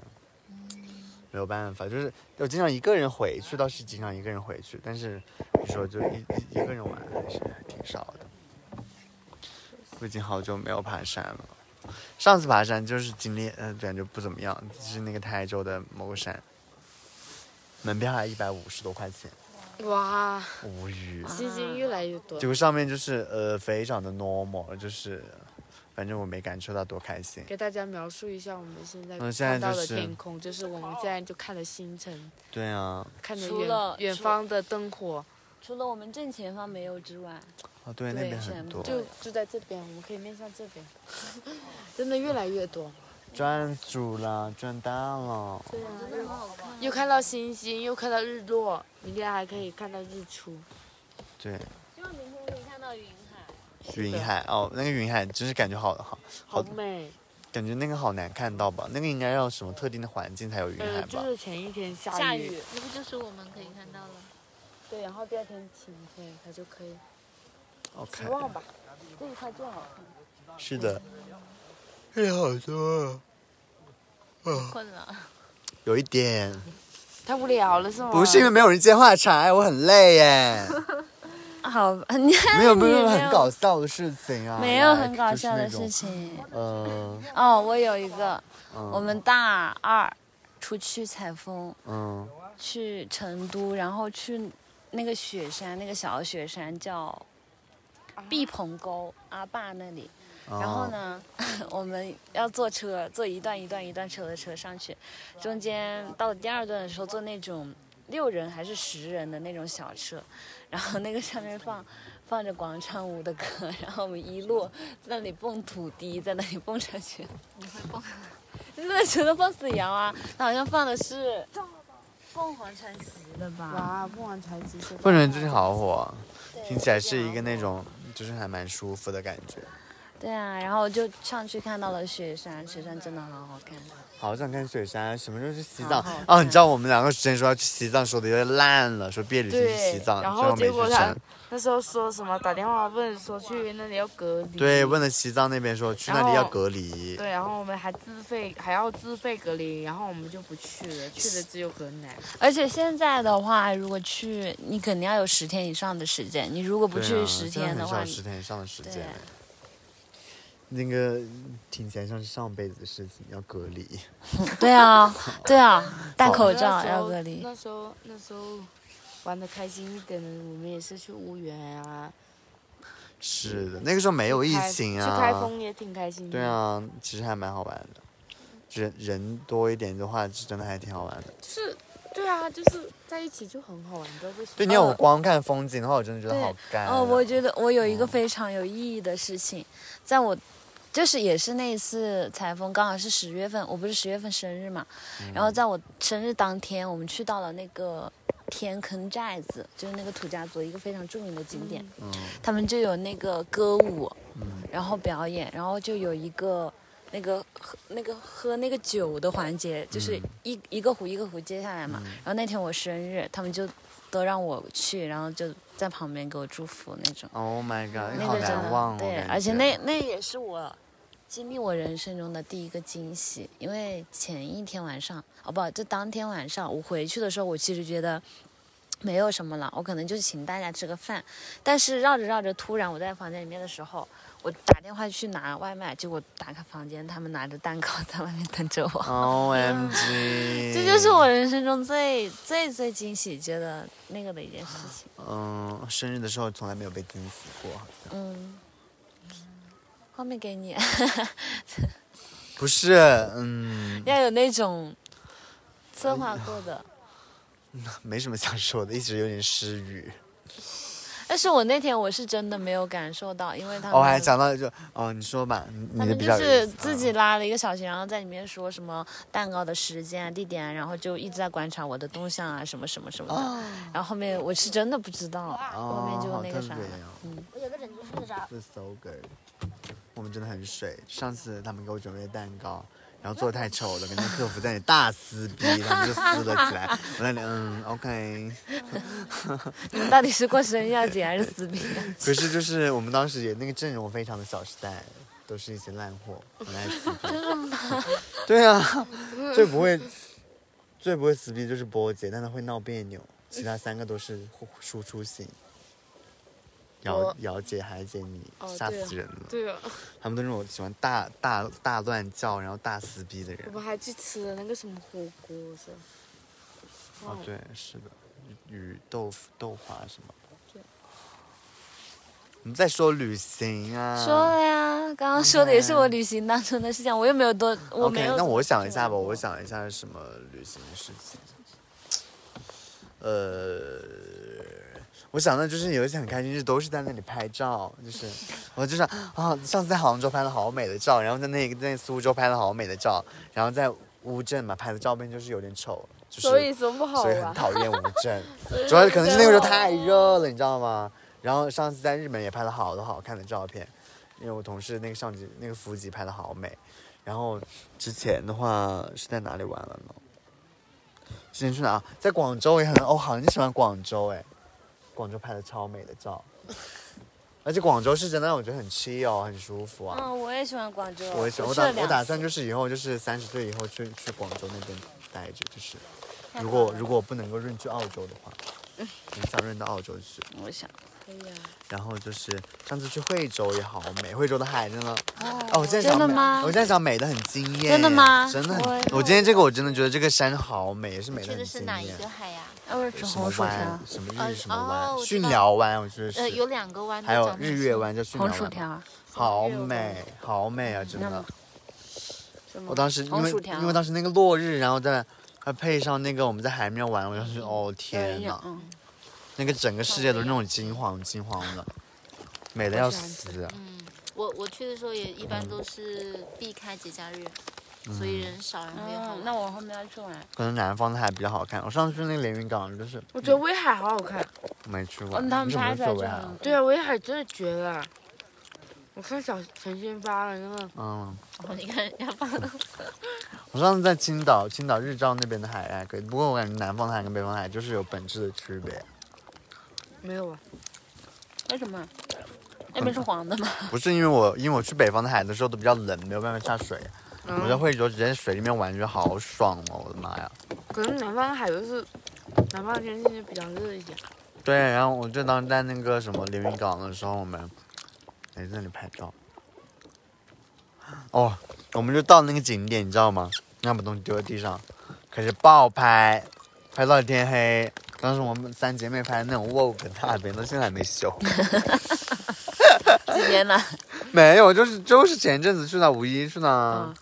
S1: 没有办法，就是我经常一个人回去，倒是经常一个人回去，但是你说就一一一个人玩还是挺少的。我已经好久没有爬山了，上次爬山就是经历，嗯、感觉不怎么样，就是那个台州的某个山，门票还一百五十多块钱。
S3: 哇，
S1: 无语。
S3: 星星越来越多
S1: 结，果上面就是呃非常的 normal，就是反正我没感受到多开心。
S3: 给大家描述一下我们现在
S1: 嗯现在
S3: 看到
S1: 就
S3: 的
S1: 是
S3: 天空，就是我们现在就看着星辰，
S1: 对啊，
S3: 看着
S4: 除了
S3: 远远
S4: 除
S3: 方的灯火，
S4: 除了我们正前方没有之外，
S1: 哦对，那
S4: 对啊
S1: 边很
S4: 全
S1: 多。
S3: 就就在这边，我们可以面向这边， 真的越来越多，
S1: 赚主了，赚大了。
S2: 真的很好看。
S3: 又看到星星，又看到日落，明天还可以看到日出，
S1: 对，
S2: 希望明天可以看到云海。
S1: 云海哦，那个云海真是感觉好好，
S3: 好
S1: 好
S3: 美。
S1: 感觉那个好难看到吧？那个应该要什么特定的环境才有云海
S3: 呃，
S4: 嗯
S1: 吧？
S3: 就是前一天下雨，
S4: 下雨，
S2: 那不就是我们可以看到了？
S3: 对，然后第二天晴天，它就可以
S1: OK，
S3: 期望吧。
S4: 这一块最好看。
S1: 是的，
S4: 嗯
S1: 哎，好多、啊，嗯
S2: 困了，
S1: 有一点，
S3: 太无聊了是吗？
S1: 不是因为没有人接话茬，哎我很累 耶，
S4: 好吧，你
S1: 没有没
S4: 没
S1: 有
S4: 有
S1: 很搞笑的事情啊，
S4: 没有
S1: like，
S4: 很搞笑的
S1: 就是啊那种，
S4: 事情。
S1: 嗯
S4: 哦，我有一个，
S1: 嗯，
S4: 我们大二出去采风，
S1: 嗯
S4: 去成都，然后去那个雪山，那个小雪山叫毕棚沟阿坝那里。然
S1: 哦
S4: 后呢，我们要坐车，坐一段一段一段车的车上去，中间到了第二段的时候，坐那种六人还是十人的那种小车，然后那个上面放放着广场舞的歌，然后我们一路在那里蹦土迪，在那里蹦上去，
S2: 你会蹦？啊
S4: 那觉得放死羊啊，好像放的是凤凰传奇的吧？
S3: 哇，不玩才几岁，
S1: 凤城最近好火，听起来是一
S4: 这
S1: 个
S4: 样
S1: 那种就是还蛮舒服的感觉，
S4: 对啊，然后就上去看到了雪山，雪山真的好好看。
S1: 好想看雪山，什么时候去西藏
S4: 好好
S1: 哦，
S4: 看
S1: 你知道我们两个之前说要去西藏，说的有点烂了，说毕业旅行去
S3: 对
S1: 西藏，
S3: 然
S1: 最
S3: 后
S1: 后
S3: 结
S1: 没
S3: 果
S1: 去
S3: 他
S1: 成。
S3: 那时候说什么打电话问说去那里要隔离，
S1: 对，问了西藏那边说去那
S3: 然
S1: 里要
S3: 后
S1: 隔离，
S3: 嗯
S1: 啊
S3: 对，然后我们还自费还要自费隔离，然后我们就不去了，去的只有河南。
S4: 而且现在的话，如果去，你肯定要有十天以上的时间。你如果不
S1: 对
S4: 去
S1: 啊
S4: 十
S1: 真的
S4: 天
S1: 很
S4: 的话，
S1: 少十天以上的时
S4: 对
S1: 间。那个听起来像是上辈子的事情，要隔离。
S4: 对啊，对啊，戴口罩
S3: 那时候
S4: 要隔离。
S3: 那时候那时候玩的开心一点的，我们也是去婺源啊，
S1: 是的，那个时候没有疫
S3: 开
S1: 情
S3: 去开
S1: 啊。
S3: 封也挺开心的。
S1: 对，啊，其实还蛮好玩的。人人多一点的话，是真的还挺好玩的。
S3: 就是对啊，就是在一起就很好玩，不知道为什么。
S1: 对，你让我
S4: 呃
S1: 光看风景的话，我真的觉得
S4: 对
S1: 好干啊。
S4: 哦，我觉得我有一个非常有意义的事情，在我就是也是那一次采风，刚好是十月份，我不是十月份生日嘛，
S1: 嗯
S4: 然后在我生日当天，我们去到了那个天坑寨子，就是那个土家族一个非常著名的景点。
S1: 嗯
S4: 他们就有那个歌舞，
S1: 嗯
S4: 然后表演，然后就有一个那个喝那个喝那个酒的环节，就是一、一个壶一个壶接下来嘛。然后那天我生日，他们就都让我去，然后就在旁边给我祝福那种，
S1: ，Oh my god，
S4: 那
S1: 好
S4: 个真
S1: 难
S4: 的
S1: 忘哦。
S4: 对，
S1: 感
S4: 而且
S1: 觉
S4: 那那也是我。经历我人生中的第一个惊喜，因为前一天晚上，哦不，就当天晚上我回去的时候，我其实觉得没有什么了，我可能就请大家吃个饭。但是绕着绕着，突然我在房间里面的时候，我打电话去拿外卖，结果打开房间，他们拿着蛋糕在外面等着我。
S1: O M G，
S4: 这就是我人生中最最最惊喜，觉得那个的一件事情。
S1: 嗯，生日的时候从来没有被惊喜过，好像
S4: 嗯，后面给你
S1: 不是，嗯，
S4: 要有那种策划过的。
S1: 没什么想说的，一直有点失语。
S4: 但是我那天我是真的没有感受到，因为他们
S1: 哦，还讲到就哦，你说吧，你
S4: 他
S1: 你的
S4: 们
S1: 比
S4: 就
S1: 较有
S4: 是
S1: 意思嗯
S4: 自己拉了一个小群，然后在里面说什么蛋糕的时间、啊、地点啊，然后就一直在观察我的动向啊，什么什么什么的。然后后面我是真的不知道，
S1: 哦
S4: 后面就
S1: 好
S4: 那个
S1: 特
S4: 啥
S1: 别
S4: 了嗯
S1: 哦
S2: 我有个枕头睡着了。
S1: ，That's so good。我们真的很水，上次他们给我准备的蛋糕。然后做的太丑了，跟那客服在那里大撕逼，然后就撕了起来。我在那里嗯，OK。
S4: 你们到底是过生日要紧还是死皮要紧？
S1: 可是就是我们当时也那个阵容非常的小时代，都是一些烂货，很爱撕逼。真的吗？对啊，最不会最不会撕逼就是波姐，但她会闹别扭，其他三个都是互输出型。姚
S3: 我
S1: 姚姐、海姐，你
S3: 哦
S1: 吓
S3: 对啊
S1: 死人了！
S3: 对啊，
S1: 他们都是那种喜欢大大大乱叫，然后大撕逼的人
S3: 我。们还去吃了那个什么火锅是吧？
S1: 哦，对，是的，与豆腐豆花什么的。你在说旅行啊？
S4: 说了呀，刚刚说的也是我旅行当中的事情，我又没有多，我没
S1: OK，
S4: 有。
S1: 那我想一下吧，我想一下是什么旅行的事情。呃，我想到就是有一次很开心，就是都是在那里拍照，就是我就是啊，上次在杭州拍了好美的照，然后在那个在苏州拍了好美的照，然后在乌镇嘛拍的照片就是有点丑，就是
S5: 所以怎么不好
S1: 所以
S5: 玩
S3: 啊
S1: 很？讨厌乌镇，主要可能是那个时候太热了，你知道吗？然后上次在日本也拍了好多好看的照片，因为我同事那个相机那个腹肌拍的好美。然后之前的话是在哪里玩了呢？之前去哪？啊在广州也很哦，好很喜欢广州哎，广州拍的超美的照，而且广州是真的让我觉得很 chill，哦很舒服啊。
S4: 嗯，我也喜欢广州，
S1: 我也想，我
S4: 去
S1: 打
S4: 了两
S1: 我
S4: 次
S1: 打算就是以后就是三十岁以后去去广州那边待着，就是如果如果不能够润去澳洲的 话，很想润到澳洲去。
S4: 我想
S1: 然后就是上次去惠州也好美，惠州的海真的，哦，我现在
S4: 真
S1: 想
S4: 的
S1: 美
S4: 吗
S1: 我现在想美的很惊艳，
S4: 真的吗
S1: 真的
S4: 我
S1: 很，我今天这个我真的觉得这个山好美，也是美的
S2: 去
S1: 很
S2: 的是
S1: 惊
S2: 哪一
S1: 艳。
S2: 个海呀、
S4: 要不
S1: 什
S4: 是红
S1: 么
S4: 薯条
S1: 湾？，什么
S2: 呃
S1: 日什么
S2: 哦
S1: 湾，
S2: 我知
S1: 驯
S2: 道
S1: 寮湾，我觉得
S2: 呃，
S1: 是，
S2: 有两个湾都
S1: 还
S2: 长
S1: 有
S2: 得
S1: 日
S2: 像
S1: 月湾叫驯
S4: 红
S1: 寮
S4: 薯
S1: 湾嘛，
S4: 条，
S1: 好美，好美啊，真的。
S4: 什么
S1: 我当时因
S4: 红
S1: 为
S4: 哦薯条，
S1: 因为当时那个落日，然后再还配上那个我们在海面玩，我当时哦天
S4: 对
S1: 呐，
S4: 嗯，
S1: 那个整个世界都是那种金黄金黄的，美的要死。
S2: 嗯，我我去的时候也一般都是避开节假日，所以人少，然后也好
S4: 嗯
S2: 玩。
S4: 那我后面要去玩。
S1: 可能南方的海比较好看。我上次去那个连云港就是
S3: 我觉得威海好好看。
S1: 没去过，
S4: 嗯，他们
S1: 你怎么
S4: 拍
S1: 会去
S4: 出来就
S1: 威海
S4: 很
S1: 啊？
S3: 对啊，威海真的绝了。我看小陈先发了那个，
S1: 嗯，
S2: 你看人家放 的，
S1: 我上次在青岛，青岛日照那边的海还可以，不过我感觉南方的海跟北方的海就是有本质的区别。
S3: 没有啊，
S4: 为什么？那
S1: 嗯
S4: 边是 黄的吗？
S1: 不是因为我，因为我去北方的海的时候都比较冷，没有办法下水。
S4: 嗯
S1: 我在惠州直接在水里面玩，觉得好爽哦！我的妈呀！
S3: 可能南方的海就是南方的天气就比较热一点。
S1: 对，然后我就当时在那个什么连云港的时候，我们也在那里拍照。哦，我们就到那个景点，你知道吗？然后把东西丢在地上，开始爆拍，拍到天黑。当时我们三姐妹拍那种 Vogue 大饼，到现在还没修。
S4: 今年呢？
S1: 没有，就是就是前阵子去那五一去那
S4: 嗯。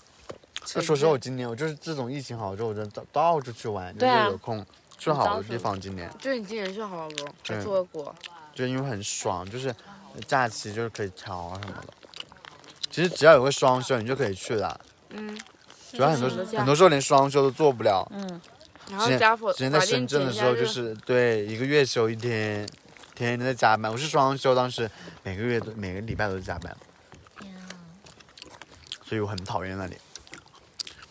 S1: 那说实话，我今年我就是自从疫情好之后，我就到到处去玩，就
S4: 对啊
S1: 是有空去了好多地方。今年
S3: 就你今年去好不？
S1: 对
S3: 还出了国，
S1: 就因为很爽，就是假期就是可以调啊什么的。其实只要有个双休，你就可以去了。
S3: 嗯，
S1: 主要很多
S3: 那就是
S1: 很多时候连双休都做不了。
S3: 然
S1: 之
S3: 后
S1: 前
S3: 加法
S1: 之前在
S3: 法定
S1: 深圳的
S3: 节
S1: 时
S3: 假
S1: 候，
S3: 日啊
S1: 就是对一个月休一天，天天都在加班。我是双休，当时每个月都每个礼拜都在加班，所以我很讨厌那里。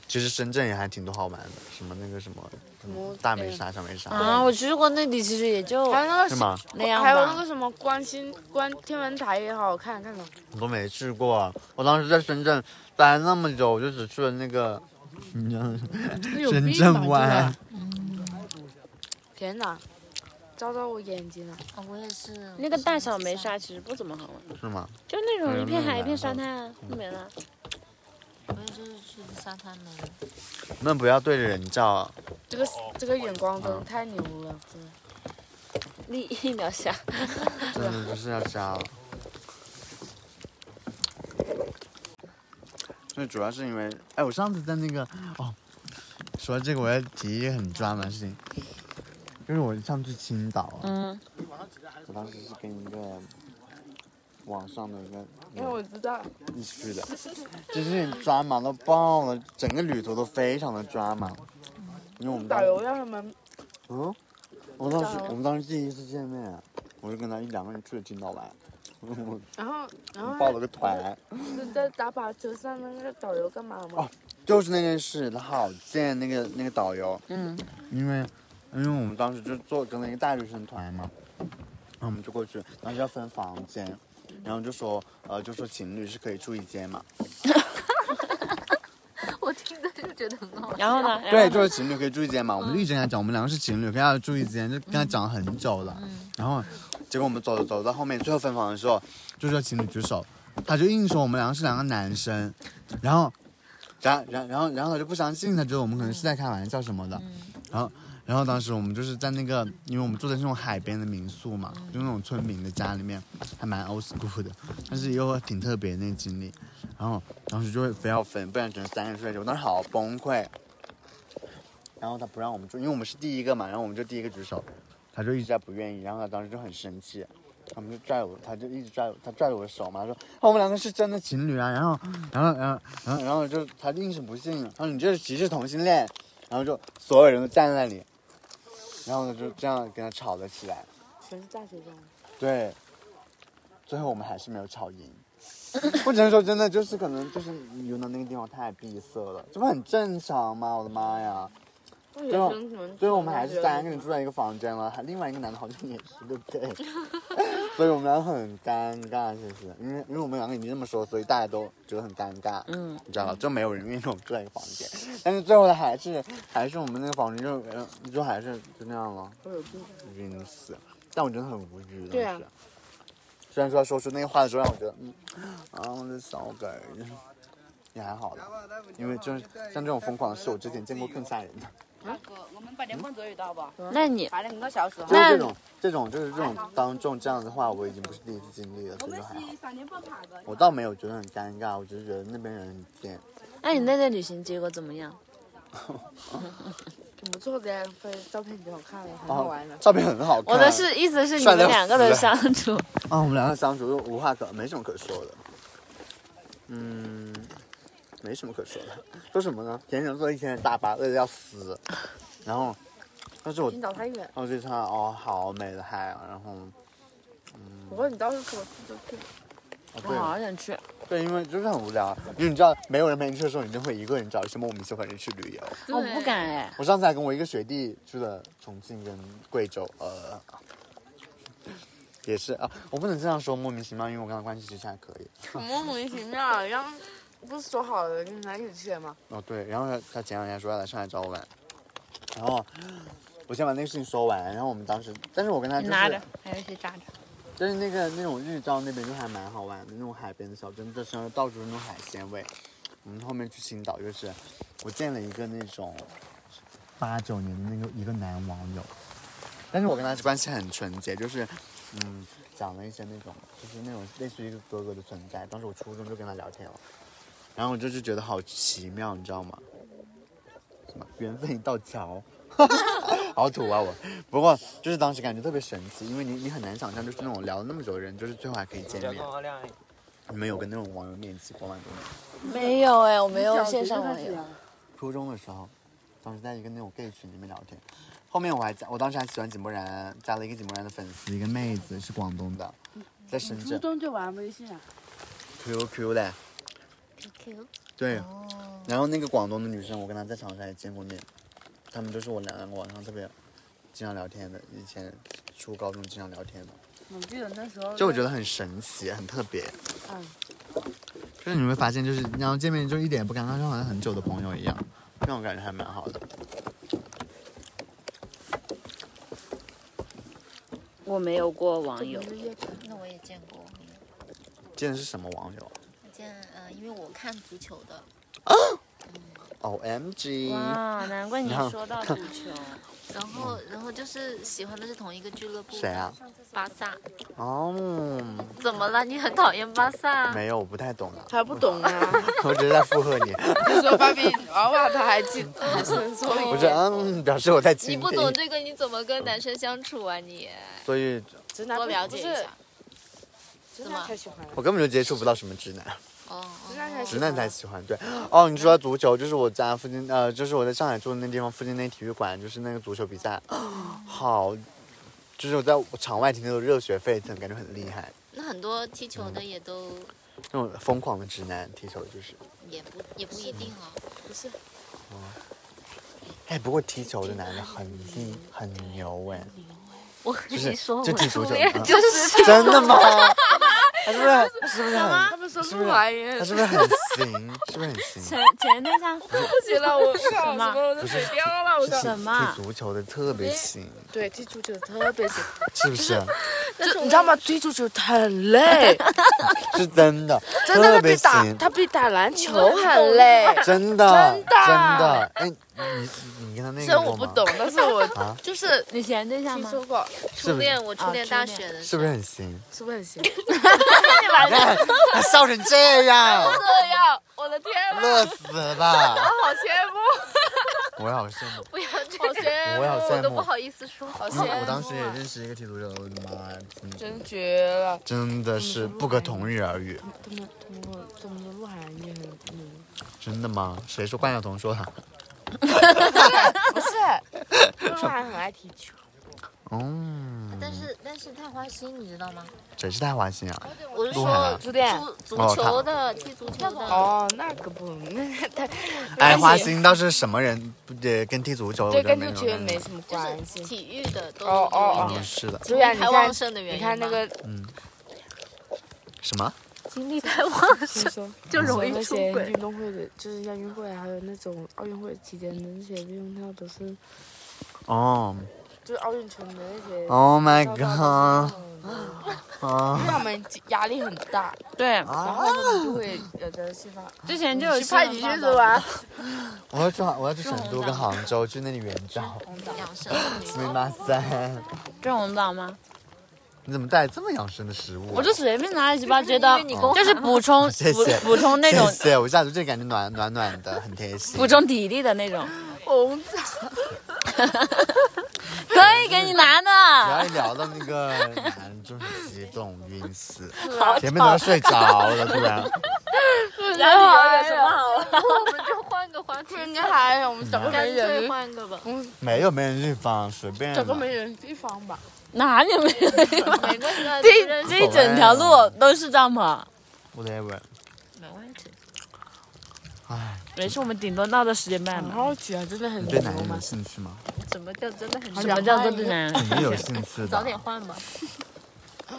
S1: 其实深圳也还挺多好玩的，什么那个什么什么大梅沙、小梅沙，
S4: 啊，我去过那里，其实也就
S3: 还有那个
S1: 是吗？
S4: 那样吧。
S3: 还有那个什么观星观天文台也好好看，看看。
S1: 我都没去过。我当时在深圳待那么久，我就只去了那个，你知道吗
S3: 有病
S1: 深
S3: 吧
S1: 圳湾。
S3: 天哪，照到我眼睛了。
S2: 啊我也是。
S4: 那个大小梅沙其实不怎么好玩，
S1: 是吗？
S4: 就那种一片
S1: 嗯
S4: 海
S1: 明
S4: 一
S1: 白
S4: 片沙滩啊，就没了。
S2: 我也就是去沙滩没了。
S1: 你们不要对着人叫，
S3: 这个这个远光
S1: 嗯
S3: 灯太牛了，真的。
S4: 你一秒下，
S1: 真的就是要加了。最主要是因为，哎，我上次在那个，哦，说到这个我要提一个很抓马的事情，就是我上次去青岛啊，
S4: 嗯，
S1: 我当时是跟一个网上的一个
S3: 因为我知道，
S1: 一起去的，就是抓马到爆了，整个旅途都非常的抓马，因为我们当
S3: 导游让他们
S1: 嗯，我们当时
S3: 导游
S1: 我们当时第一次见面，我就跟他一两个人去了青岛玩，我
S3: 然后然
S1: 报
S3: 后
S1: 了个团，
S3: 是在打靶车上面那个导游干嘛吗
S1: 哦？就是那件事，他好贱那个那个导游，
S4: 嗯，
S1: 因为因为我们当时就做跟了一个大学生团嘛，然后我们就过去，当时要分房间，然后就说呃就说情侣是可以住一间嘛，
S2: 我听着就觉得很好玩。
S4: 然后嗯呢？
S1: 对，就是情侣可以住一间嘛，我们就一直跟他讲我们两个是情侣，跟他住一间，就跟他讲了很久
S4: 嗯
S1: 了，然后结果我们走走走到后面最后分房的时候，就说情侣举手，他就硬说我们两个是两个男生，
S4: 嗯
S1: 然后，然然然后然后他就不相信，他觉得我们可能是在开玩笑什么的，然后然后当时我们就是在那个，因为我们住的是那种海边的民宿嘛，就那种村民的家里面，还蛮 old school 的，但是又挺特别的那个经历。然后当时就会非要分，不然只能三人睡。我当时好崩溃。然后他不让我们住，因为我们是第一个嘛，然后我们就第一个举手，他就一直在不愿意，然后他当时就很生气，他们就拽我，他就一直拽我，他拽着我的手嘛，说、哦、我们两个是真的情侣啊，然后，然后，然后，然后，然后就他硬是不信，他说你这是歧视同性恋，然后就所有人都站在那里，然后呢就这样跟他吵了起来，
S3: 全是大学生。
S1: 对，最后我们还是没有吵赢。 我只能说，真的就是可能就是云南那个地方太闭塞了，这不很正常吗？我的妈呀！
S3: 大学
S1: 最后
S3: 生怎么？
S1: 所以我们还是三个人住在一个房间了，还另外一个男的好像也是，对不对？ 所以我们俩很尴尬，其实，因为因为我们两个已经这么说，所以大家都觉得很尴尬，
S4: 嗯，
S1: 你知道吧？就没有人愿意跟我们住在一个房间，但是最后还是还是我们那个房间就呃就还是就那样了，
S3: 我有病。
S1: 晕死！但我真的很无语，
S3: 对啊
S1: 当时。虽然说说出那个话的时候，让我觉得，嗯，啊，我的小狗儿也还好了，因为就是像这种疯狂的事，我之前见过更吓人的。
S5: 我们把电棍做一道吧，
S4: 那你
S5: 反正我小
S4: 啊
S5: 时候
S1: 就是这种这种就是这
S5: 哎
S1: 种当众这样的话，我已经不是第一次经历了，所以就还好。
S5: 把电棍卡的。
S1: 我倒没有觉得很尴尬，我只是觉得那边人很贱。
S4: 那你那段旅行结果怎么样？
S3: 挺不错的呀，拍照片挺好看的，很好
S1: 哦
S3: 玩的，。
S1: 照片很好看。
S4: 我的是意思是你
S1: 帅得
S4: 们两个的
S1: 死
S4: 相处，
S1: 啊，我们两个相处就无话可，没什么可说的。嗯，没什么可说的。说什么呢？天天坐一天的大巴，累得要死。然后，但是我
S3: 你导太远，
S1: 我觉得他哦，好美的海啊。然后，
S3: 我说你到时候我就去。
S1: 哦、
S4: 我好想去。
S1: 对对，因为就是很无聊，啊因为你知道没有人陪你去的时候，你就会一个人找一些莫名其妙的人去旅游。
S4: 我不敢哎，
S1: 我上次还跟我一个学弟去了重庆跟贵州，呃，也是啊，我不能这样说莫名其妙，因为我跟他关系其实还可以。
S3: 很莫名其妙，然后不是说好了跟男一起去的吗？
S1: 哦对，然后他他前两天说要来上海找我玩，然后我先把那个事情说完，然后我们当时，但是我跟他
S4: 你
S1: 就
S4: 拿
S1: 是
S4: 着，还是去扎着。
S1: 就是那个那种日照那边就还蛮好玩的，那种海边的小镇，就身上到处是那种海鲜味。我们后面去青岛就是，我见了一个那种八九年的那个一个男网友，但是我跟他关系很纯洁，就是嗯讲了一些那种就是那种类似于一个哥哥的存在。当时我初中就跟他聊天了，然后我就是觉得好奇妙，你知道吗？什么缘分一道桥。 好土啊我！不过就是当时感觉特别神奇，因为你你很难想象，就是那种聊了那么久的人，就是最后还可以见面。你们有跟那种网友面基过吗？你们
S4: 没有哎，我没有线上网友。
S1: 初中的时候，当时在一个那种 gay 群里面聊天，后面我还加，我当时还喜欢井柏然，加了一个井柏然的粉丝，一个妹子是广东的，在深
S5: 初
S1: 圳
S5: 中就玩微信啊，
S1: QQ 嘞，
S2: QQ
S1: 对。
S5: 哦
S1: 然后那个广东的女生，我跟她在长沙也见过面，她们就是我两两个网上特别经常聊天的，以前初高中经常聊天的。
S5: 我记得那时候
S1: 就我觉得很神奇，很特别。
S5: 嗯
S1: 就是你会发现，就是然后见面就一点也不尴尬，就好像很久的朋友一样，那种感觉还蛮好的。
S4: 我没有过网友，
S2: 那我也见过网友，
S1: 见的是什么网友
S2: 我见呃，因为我看足球的，
S1: ？O 哦 M G！
S4: 哇，难怪你说到足球，
S2: 然后然后就是喜欢的是同一个俱乐部，
S1: 谁嗯啊？？
S2: 巴萨。
S1: 哦，
S2: 怎么了？你很讨厌巴
S5: 啊
S2: 萨？
S1: 没有，我不太懂了，
S3: 他不懂啊，
S1: 我只是在附和你，
S3: 那时候芭比娃娃他还记，还是说
S1: 我是嗯，表示我在
S2: 你
S1: 倾
S2: 不懂
S1: 听。
S2: 这个，你怎么跟男生相处啊你？
S1: 所以
S3: 直男
S2: 多
S3: 不
S2: 了解一
S3: 不是
S2: 下。
S3: 直男才喜欢，
S1: 我根本就接触不到什么直男，
S2: 哦，
S3: 直男才喜
S1: 直
S3: 欢
S1: 男才喜欢。对，哦，你说到足球，就是我家附近，呃，就是我在上海住的那地方附近那体育馆，就是那个足球比赛，好，就是我在场外听那种热血沸腾，感觉很厉害。
S2: 那很多踢球的也都
S1: 那种疯狂的直男踢球就是，
S2: 也不也不一定哦。
S1: 哎，不过踢球的男的很厉很牛哎，
S2: 我
S1: 就
S2: 跟
S1: 是
S2: 你说，我
S1: 就踢足球，
S2: 恋
S1: 嗯
S2: 就是
S1: 真的吗？他是不是他是不是
S3: 他
S1: 很
S3: 们说
S1: 是
S3: 不
S1: 不是
S3: 来
S1: 他是不是很行？是不是很行？
S4: 前前那啥
S3: 不行了，我靠，
S4: 什
S3: 什
S4: 么
S3: 么我都水掉了，我靠。
S4: 什么
S1: 踢？足球的特别行，
S3: 对，踢足球特别行，
S1: 是不是？
S3: 就你知道吗？踢足球很累，
S1: 是真的，
S3: 真的，
S1: 特
S3: 他
S1: 别
S3: 比打
S1: 行，
S3: 他比打篮球很累。
S1: 真的，真的。哎，你你你跟他那个
S5: 虽然
S1: 过
S5: 我不
S1: 吗
S5: 懂，但是我
S1: 啊
S5: 就是
S4: 你嫌对象
S5: 听
S4: 吗？
S5: 说过，
S1: 是
S2: 初
S1: 不是
S2: 恋，我初
S4: 啊
S2: 恋
S4: 初
S2: 大
S4: 恋
S2: 学的时
S1: 是
S2: 候，
S1: 不是很行？
S3: 是不是很行？
S1: 你看他笑成这样，
S5: 这样，我的天呐，
S1: 乐死了！
S5: 好羡慕，
S1: 我也好羡慕，
S2: 不要这
S5: 好
S2: 个，
S5: 羡
S1: 我也好
S2: 我
S1: 羡
S2: 都不
S1: 慕。
S2: 好意思说。
S5: 好
S1: 因为我
S5: 羡
S1: 当
S5: 慕，
S1: 时也认识一个踢足球的，我的妈呀，真
S5: 真绝了。
S1: 真的是不可同日而语。
S3: 他们他们他们的鹿晗也很嗯，
S1: 真的吗？谁说关晓彤说的？
S5: 不是，
S3: 鹿晗很爱踢球。
S1: 嗯，
S2: 哦但是但是太花心，你知道吗？
S1: 谁是太花心啊？
S2: 我是
S1: 鹿晗啊
S2: 说
S5: 朱棣
S2: 足
S1: 哦
S2: 足球的，踢足球的，
S3: 哦，那可不，那他
S1: 哎，花心倒是什么人？不也跟踢足球
S3: 对
S1: 我觉得
S3: 跟
S1: 没
S3: 足
S1: 有
S3: 球也没
S1: 关系
S3: 什么
S2: 就是
S3: 关系。
S2: 体育的都
S3: 哦哦
S2: 有
S3: 哦
S2: 一点
S1: 嗯，。是的。
S3: 对呀，你
S2: 太
S3: 看
S2: 旺盛的原因
S3: 你看那个
S1: 什么？
S2: 精力太旺盛，
S3: 听说
S2: 就容易
S3: 那
S2: 出
S3: 些
S2: 轨
S3: 运。动会的，就是亚运会啊还有那种奥运会期间的那些运动跳都是，
S1: 哦
S3: 就是奥运村的那些。
S1: ，Oh my
S3: 跳到
S1: god！
S3: 都是那种
S1: 啊，
S3: 让我们压力很大，
S4: 对，
S3: 然后他们就会有的去发，
S4: 之前就有
S5: 去拍你去是吧？
S1: 我要去，我要去成都跟杭州去那里援交。
S2: 养生的女
S1: 没马三，
S4: 这种红枣吗？
S1: 你怎么带这么养生的食物啊？
S4: 我就随便拿了几包，觉
S2: 因
S4: 得
S2: 为你跟我
S4: 就是补 充
S1: 谢
S4: 补
S1: 谢
S4: 补充那种
S1: 谢谢，我下次就感觉暖暖暖的，很贴心。
S4: 补充体力的那 种，
S5: 红
S4: 可以给你拿
S1: 只要
S4: 的。
S1: 一聊到那个男，就很激动晕死，前面都要睡着了，突然。
S4: 然后有什么好？
S2: 我们就换个话题，
S5: 人家还有我们找个
S2: 干
S5: 没
S2: 脆
S5: 人，
S2: 换个吧。
S1: 没有没人地方，随便
S5: 找个
S1: 了
S5: 没人地方吧。
S4: 哪里没有？
S2: 没关系啊，
S4: 这
S2: 别人
S4: 一这一整条路都是帐篷。
S1: whatever。
S2: 没问题。
S4: 没事，我们顶多闹到十点半
S3: 很
S4: 了。
S3: 好奇啊，真的很
S1: 你对
S3: 牛
S1: 男人有
S3: 吗？
S1: 兴趣吗？
S2: 什么叫真的很
S4: 什么叫做不男？
S1: 你们有兴趣
S2: 早
S1: 的，
S2: 点换吧。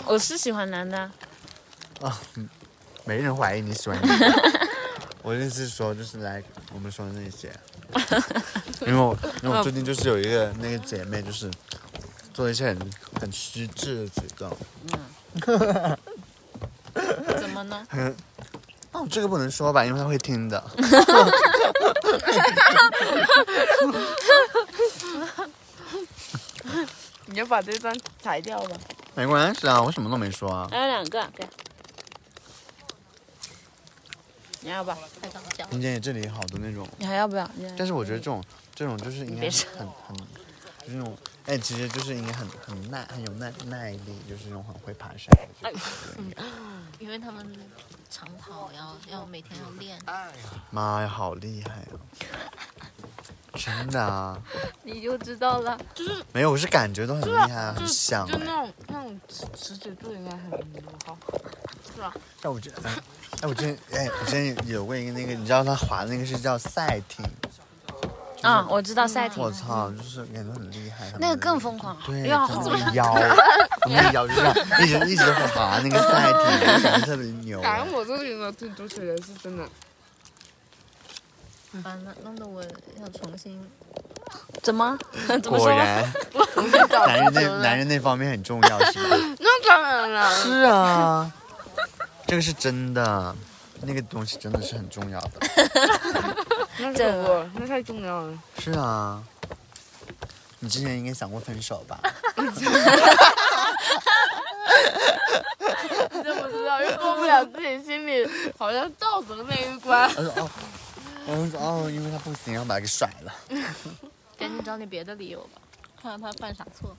S4: 我是喜欢男的，
S1: 没人怀疑你喜欢你。 我意思是说，就是来我们说的那些，因为我因为
S4: 哦
S1: 我最近就是有一个那个姐妹，就是做一些很很虚智的举动。
S4: 嗯 怎么呢？
S1: 哦，这个不能说吧，因为她会听的。
S3: 你就把这段裁掉吧。
S1: 没关系啊，我什么都没说啊。
S4: 还有两个，给。你要吧？
S2: 太搞笑了。
S1: 听见这里好多那种，
S4: 你还要不要？你还
S1: 但是我觉得这种这种就是应该
S4: 别
S1: 是
S4: 说
S1: 很很，就是那种哎，其实就是应该很很耐很有耐耐力，就是那种很会爬山
S4: 哎
S1: 的，就是应该
S2: 因为他们长跑要要每天要练，
S1: 妈呀，好厉害啊！真的啊，
S2: 你就知道了。
S1: 没有，我是感觉都很厉害啊，
S3: 就
S1: 很像
S3: 就
S1: 哎
S3: 那种那种持持久度应该很牛好。
S1: 哎，
S4: 啊
S1: 我之哎，哎，我之前哎，我之前有过一个那个，你知道他滑的那个是叫赛艇，
S4: 啊，我知道赛艇
S1: 我，操，就是感觉很厉害。他们
S4: 嗯那个更疯狂，
S1: 对，
S4: 又要
S1: 他
S4: 红
S1: 们
S4: 了。
S1: 的 腰，他们的腰就这样一直一直滑那个赛艇，我感觉特别 牛。哎
S3: 反正我这个运动对足球人是真的，
S2: 完了，弄得我要重新。
S4: 怎么？怎
S1: 果
S4: 么说？
S1: 然， 男人那男人那方面很重要，是吧？
S3: 那当然了。
S1: 是啊，这个是真的，那个东西真的是很重要的。
S3: 那这个那太重要了。
S1: 是啊，你之前应该想过分手吧？
S5: 你真不知道，又过不了自己心里好像道德的那一关。
S1: 他说哦，我就说哦，因为他不行，然后把他给甩了。
S2: 赶紧找点别的理由吧，看看他犯啥错。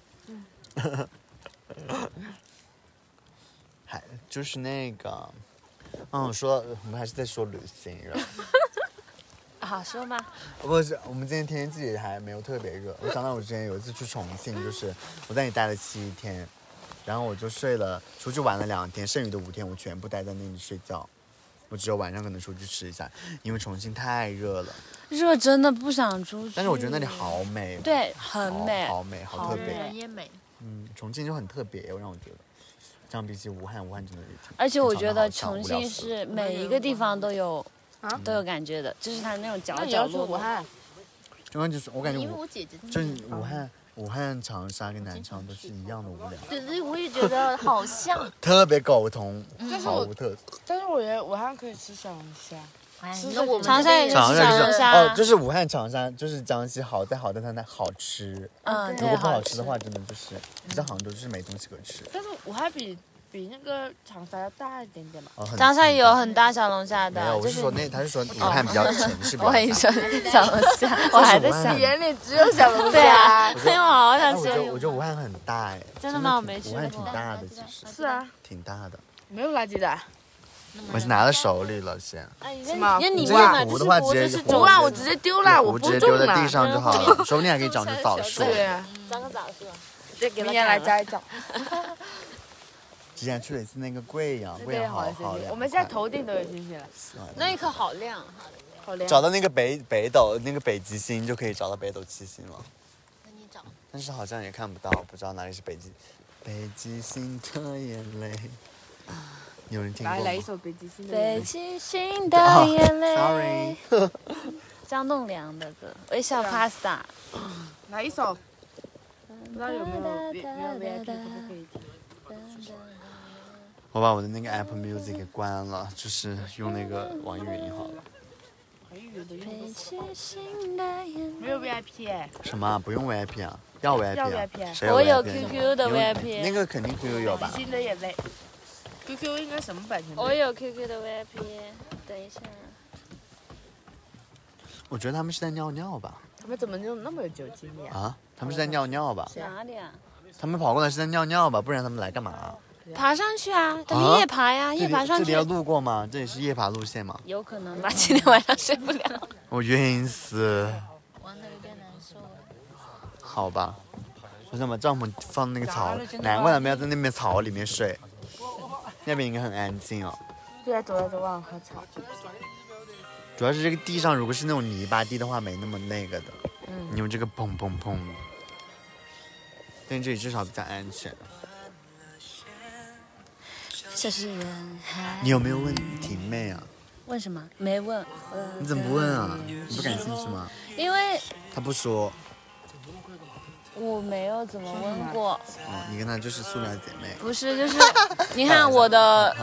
S1: 还就是那个，嗯，说我们还是在说旅行，然后
S4: 好啊说吧。
S1: 不是，我们今天天气还没有特别热。我想到我之前有一次去重庆，就是我在那里待了七天，然后我就睡了，出去玩了两天，剩余的五天我全部待在那里睡觉。我只有晚上可能出去吃一下，因为重庆太热了。
S4: 热真的不想出去。
S1: 但是我觉得那里好美，
S4: 对，很
S1: 好
S4: 美。
S1: 好美，好特
S4: 好
S1: 别。
S4: 美
S2: 人也美，
S1: 嗯，重庆就很特别，让我觉得，相比起武汉，武汉真的是挺
S4: 而且我觉得
S1: 非常的
S4: 重
S1: 好像无聊
S4: 庆
S1: 死
S4: 是每一个地方都有
S3: 啊
S4: 都有感觉的，就是它那种角
S3: 那你
S4: 角
S3: 要去
S4: 落
S3: 武
S4: 落。
S3: 汉，
S1: 了中间就是我感觉
S2: 因为
S1: 武
S2: 我姐姐在那
S1: 就
S2: 边
S1: 是
S4: 嗯
S1: 武汉、武汉、长沙跟南昌都是一样的无聊，
S2: 对对，我也觉得好像
S1: 特别苟同，
S3: 但是
S1: 毫
S3: 我
S1: 无特色。
S3: 但是我觉得武汉可以吃小龙虾。
S2: 哎
S3: 吃，
S2: 那我们
S4: 长沙也
S2: 也
S4: 是
S2: 长
S1: 长
S4: 沙
S1: 沙
S4: 人
S1: 就是
S4: 沙
S1: 哦，就是武汉长沙，就是江西好在好在它那好吃，
S4: 嗯，
S1: 如
S4: 对，
S1: 果不好
S4: 吃
S1: 吃的话，，真的就是你在杭州就是没东西可吃。
S3: 但是武汉比比那个长沙要大一点点嘛。
S1: 哦，很
S4: 长沙也有很大小龙虾
S1: 没有，
S4: 的，
S1: 我
S4: 就是
S1: 说那他是说武汉比较城市比较
S4: 我
S1: 大。
S4: 跟你说小龙虾，我还在
S1: 就是武汉
S4: 想
S1: 你，
S3: 眼里只有小龙
S4: 对
S3: 虾。
S4: 啊， 因为我好
S1: 哎
S4: 想
S1: 我
S4: 吃
S1: 觉。得我觉得武汉很大哎，
S4: 真的
S1: 的
S4: 吗
S1: 挺
S4: 我没吃
S1: 武汉
S4: 过
S1: 挺大的，其实
S3: 是啊，
S1: 挺大的。
S3: 没有垃圾的。
S1: 我是拿到手里了先，
S3: 什么
S4: 那
S1: 你
S4: 你
S1: 直
S4: 问
S1: 接
S4: 嘛，
S1: 糊的
S4: 就是
S1: 话直
S4: 我
S1: 接
S4: 就
S1: 就是糊
S3: 不
S4: 种
S1: 了
S3: 啊，我直接丢了，
S1: 我
S3: 我
S1: 直
S3: 不
S1: 接
S3: 种
S1: 丢在
S3: 了。
S1: 地上就好了，说不定还可以长成枣树。
S3: 对啊，
S4: 长个枣树，
S3: 明天来摘一找。
S1: 之前去了一次那个贵阳，贵
S3: 对，
S1: 阳
S3: 好
S1: 好
S3: 有星
S1: 好
S3: 星。
S1: 凉
S3: 我们现在头顶都有星星了，
S1: 快
S4: 那一颗好亮，
S3: 好凉。
S1: 找到那个北北斗那个北极星就可以找到北斗七星了，
S2: 那你找
S1: 但是好像也看不到，不知道哪里是北极。北极星的眼泪，有人听
S3: 来
S1: 过
S3: 来一
S1: 吗？
S3: 首北极星的
S4: 北
S3: 歌。
S4: 极星的眼泪
S1: 哦。
S4: 张栋梁的歌《微笑 Pasta》，
S3: 来一首。不知道有没有没有 VIP 可不可以听？
S1: 我把我的那个 Apple Music 给关了，就是用那个网易云好了。
S3: 哎呦，都用
S4: 北
S3: 不到
S4: 极星的眼
S3: 没有 VIP 哎，
S1: 什么啊？不用 VIP 啊？要 VIP
S3: 要
S1: 啊？
S3: VIP 啊
S1: 谁
S4: 泪。我有
S1: VIP 啊
S4: QQ 的
S1: 有
S4: VIP，
S1: 那个肯定 QQ 有吧
S3: 北极？星的眼泪。QQ 应该什么版权的？
S4: 我有 QQ 的 VIP。等一下，
S1: 我觉得他们是在尿尿吧？
S3: 他们怎么就那么有酒精力啊？
S1: 啊，他们是在尿尿吧？
S4: 哪里啊？
S1: 他们跑过来是在尿尿吧？不然他们来干嘛、
S4: 爬上去啊，他们夜爬呀，
S1: 这
S4: 夜
S1: 里
S4: 爬上
S1: 这里要
S4: 去。
S1: 路过吗？这里是夜爬路线吗？
S4: 有可能吧，今天晚上睡不了。
S1: 我晕死，
S2: 玩的有点难受啊。
S1: 好吧。我想把帐篷放那个草，难怪他们要在那边草里面睡，那边应该很安静哦。
S3: 对啊，走来走往喝草。
S1: 主要是这个地上如果是那种泥巴地的话，没那么那个的。你用这个砰砰砰，但这里至少比较安全。
S4: 这是人海。
S1: 你有没有问题妹啊？
S4: 问什么？没问。呃
S1: 你怎么不问啊？你不感兴趣吗？
S4: 因为
S1: 他不说，
S4: 我没有怎么问过。
S1: 哦，你跟他就是塑料姐妹。
S4: 不是，就是你看我的，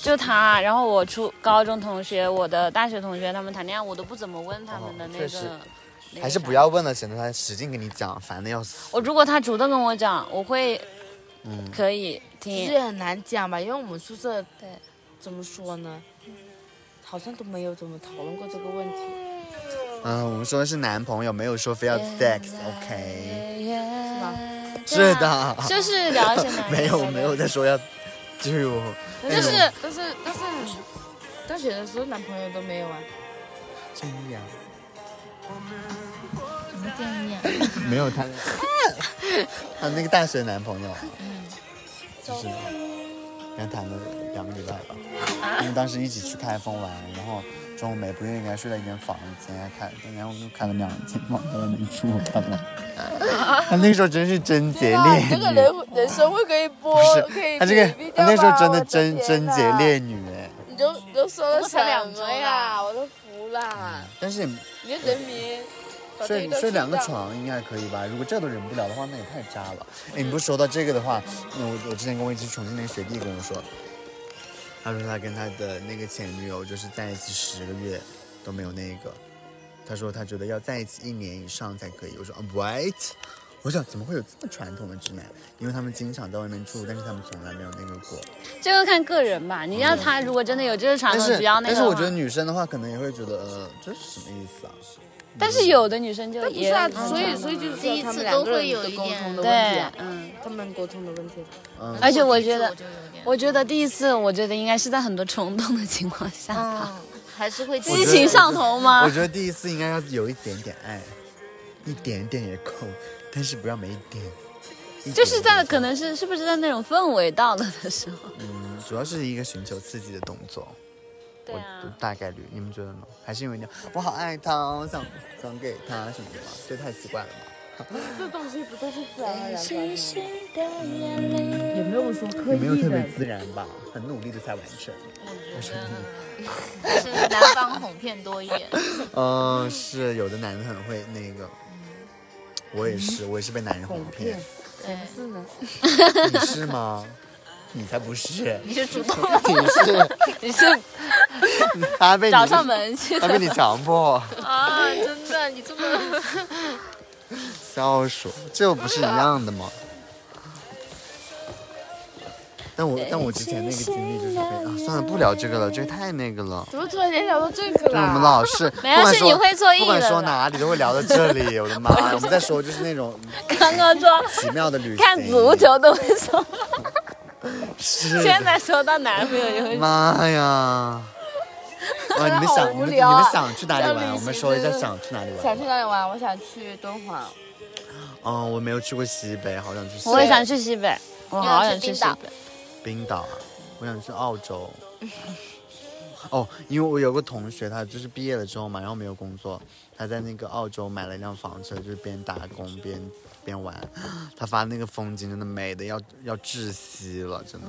S4: 就他，然后我初高中同学，我的大学同学，他们谈恋爱，我都不怎么问他们的
S1: 哦
S4: 那
S1: 确
S4: 个，
S1: 实
S4: 那个
S1: 还是
S4: 啥
S1: 不。要问了，省得他使劲跟你讲，烦的要死。
S4: 我如果他主动跟我讲，我会
S1: 嗯，
S4: 可以
S3: 其
S4: 听
S3: 实。也很难讲吧，因为我们宿舍
S4: 对
S3: 怎么说呢，好像都没有怎么讨论过这个问题。
S1: 嗯，我们说的是男朋友，没有说非要 sex，OK？、是
S4: 对啊，
S1: 的，
S4: 就是聊一些 男
S1: 没有没有
S4: 的，
S1: 在说要，就是我
S4: 就是
S3: 但是但是大学的时候男朋友都没有啊，
S1: 这样，
S2: 怎么这样？
S1: 没有他，他那个大学男朋友，啊就是跟他谈了两个礼拜吧，因为当时一起去开封玩，然后中午没不愿意跟他睡在一间房间，开，然后就开了两间房，他都没住，他们，他那时候真是贞洁烈女。
S3: 人生会可以播
S1: 不是，他这个他那时候真的贞贞洁，
S3: 可以屏
S1: 烈女
S3: 蔽掉吧我天哪
S1: 哎，
S3: 你都你都说了
S4: 不过才两周
S3: 什么呀？我都服了，
S1: 但是也
S3: 你这人民。把自己
S1: 睡
S3: 都
S1: 睡两个
S3: 气到，
S1: 床应该可以吧？如果这都忍不了的话，那也太渣了。哎，你不是说到这个的话，那我我之前跟我一起重庆那个学弟跟我说，他说他跟他的那个前女友就是在一起十个月都没有那个，他说他觉得要在一起一年以上才可以。我说啊，what？我想怎么会有这么传统的直男？因为他们经常在外面住，但是他们从来没有那个过。
S4: 这个看个人吧。你让他如果真的有这个传
S1: 但
S4: 统，
S1: 是
S4: 只要那
S1: 但
S4: 个的话，
S1: 是我觉得女生的话，可能也会觉得呃，这是什么意思啊？
S4: 但是有的女生就
S3: 不
S4: 也
S3: 是啊，所以所以就是
S2: 第一
S3: 说他
S2: 次
S3: 们两
S2: 都
S3: 个
S2: 会
S3: 人
S2: 有
S3: 的
S2: 一
S3: 沟通
S2: 点
S3: 的问题
S4: 对
S3: 啊，，
S4: 嗯。
S3: 他们沟通的问题。
S1: 嗯，
S4: 而且我觉
S2: 我
S4: 得，
S2: 就有点，
S4: 我觉得第一次，我觉得应该是在很多冲动的情况下吧，
S2: 嗯， 还是会
S1: 我觉
S4: 激
S1: 得
S4: 情上头吗
S1: 我觉？得第一次应该要有一点点爱，一点点也够，但是不要没一点。一点点
S4: 就是在
S1: 就
S4: 可能是是不是在那种氛围到了的时候？
S1: 嗯，主要是一个寻求刺激的动作，
S4: 对啊
S1: 我大概率，你们觉得呢？还是因为你我好爱他，我想想给他什么的吗？这太奇怪了吧？
S3: 这东西不都是自然而然发
S4: 星
S3: 生
S4: 星的眼泪。
S3: 也没有说刻
S1: 也没有特别自然吧，很努力的才完成。
S2: 我觉得还是南方哄骗多一点。
S1: 嗯、是有的男的很会那个，我也是，我也是被男人哄骗，
S2: 对，
S3: 是呢，
S1: 你是吗？你才不是，
S2: 你是主动，
S1: 你是。
S4: 你是
S1: 他被你
S4: 找上门去
S1: 他被你强迫，
S5: 啊！真的，你这么
S1: 笑死我！这不是一样的吗？但我但我之前那个经历就是非啊，算了，不聊这个了，这个太那个了。
S5: 怎么突然间聊到这个
S3: 啊
S1: 对我们
S5: 了？
S1: 老是，不
S4: 没有
S1: 管
S4: 是
S1: 说
S4: 你会做艺
S1: 不管
S4: 人
S1: 说
S4: 了
S1: 哪里都会聊到这里，我的妈呀！我们在说就是那种
S4: 刚刚说
S1: 奇妙的旅行，
S4: 看足球都会说，
S1: 是
S4: 现在说到男朋友就会
S1: 妈呀！哇，你们
S5: 好
S1: 想你
S5: 无
S1: 们你
S5: 聊啊
S1: 们想去哪里
S5: 这旅
S1: 玩？
S5: 行
S1: 我们说一下
S5: 真的
S1: 想去哪里玩
S5: 想。去哪里玩？我想去敦煌。
S1: 嗯，我没有去过西北，好想去西
S4: 我也
S1: 北
S4: 想去西北，我好想去西北。
S1: 冰岛啊，我想去澳 洲。哦，因为我有个同学，他就是毕业了之后嘛，然后没有工作，他在那个澳洲买了一辆房车，就是边打工边边玩。 他发那个风景真的美的要要窒息了，真的。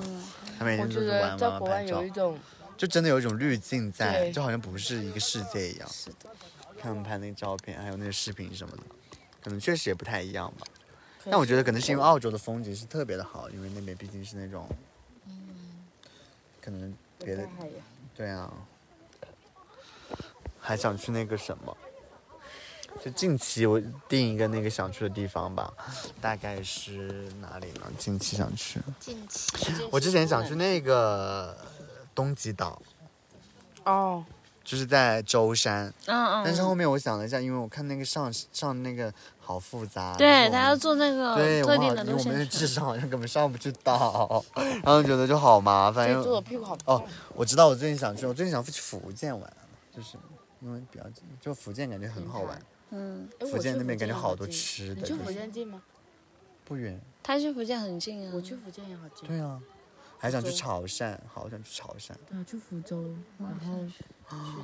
S1: 他每
S3: 嗯我
S1: 天就
S3: 觉
S1: 是
S3: 得
S1: 玩
S3: 在
S1: 玩
S3: 国
S1: 玩
S3: 外
S1: 拍
S3: 有
S1: 照
S3: 一，种
S1: 就真的有一种滤镜在，
S3: 对
S1: 就好像不是一个世界一样。看他们拍那个照片，还有那个视频什么的，可能确实也不太一样吧。但我觉得可能是因为澳洲的风景是特别的好，因为那边毕竟是那种，嗯可能别的
S3: 海洋
S1: 对啊，还想去那个什么，就近期我定一个那个想去的地方吧，大概是哪里呢？近期想去，
S2: 近期
S1: 我之前想去那个东极岛，
S3: 哦，
S1: 就是在舟山，
S4: 嗯
S1: 但
S4: 嗯，
S1: 是后面我想了一下，因为我看那个上上那个好复杂，
S4: 对
S1: 然后我
S4: 他要做那个
S1: 对，我
S4: 特
S1: 们
S4: 定
S1: 好像
S4: 的路
S1: 我们的
S4: 线图。
S1: 智商好像根本上不去岛，然后觉得就好麻烦。因
S3: 哎这
S1: 为
S3: 猪的屁股好
S1: 哦，我知道我最近想去，我最近想去福建玩，啊就是因为比较就福建感觉很好玩，
S4: 嗯，
S3: 哎
S1: 福建那边感觉好多
S3: 近
S1: 吃
S3: 你
S1: 的，
S3: 去
S1: 就是
S3: 福建近吗？
S1: 不远。
S4: 他去福建很近啊。
S3: 我去福建也好近。
S1: 对啊，还想去
S3: 福州
S1: 潮汕，好想去潮汕。
S3: 我去福州，然后去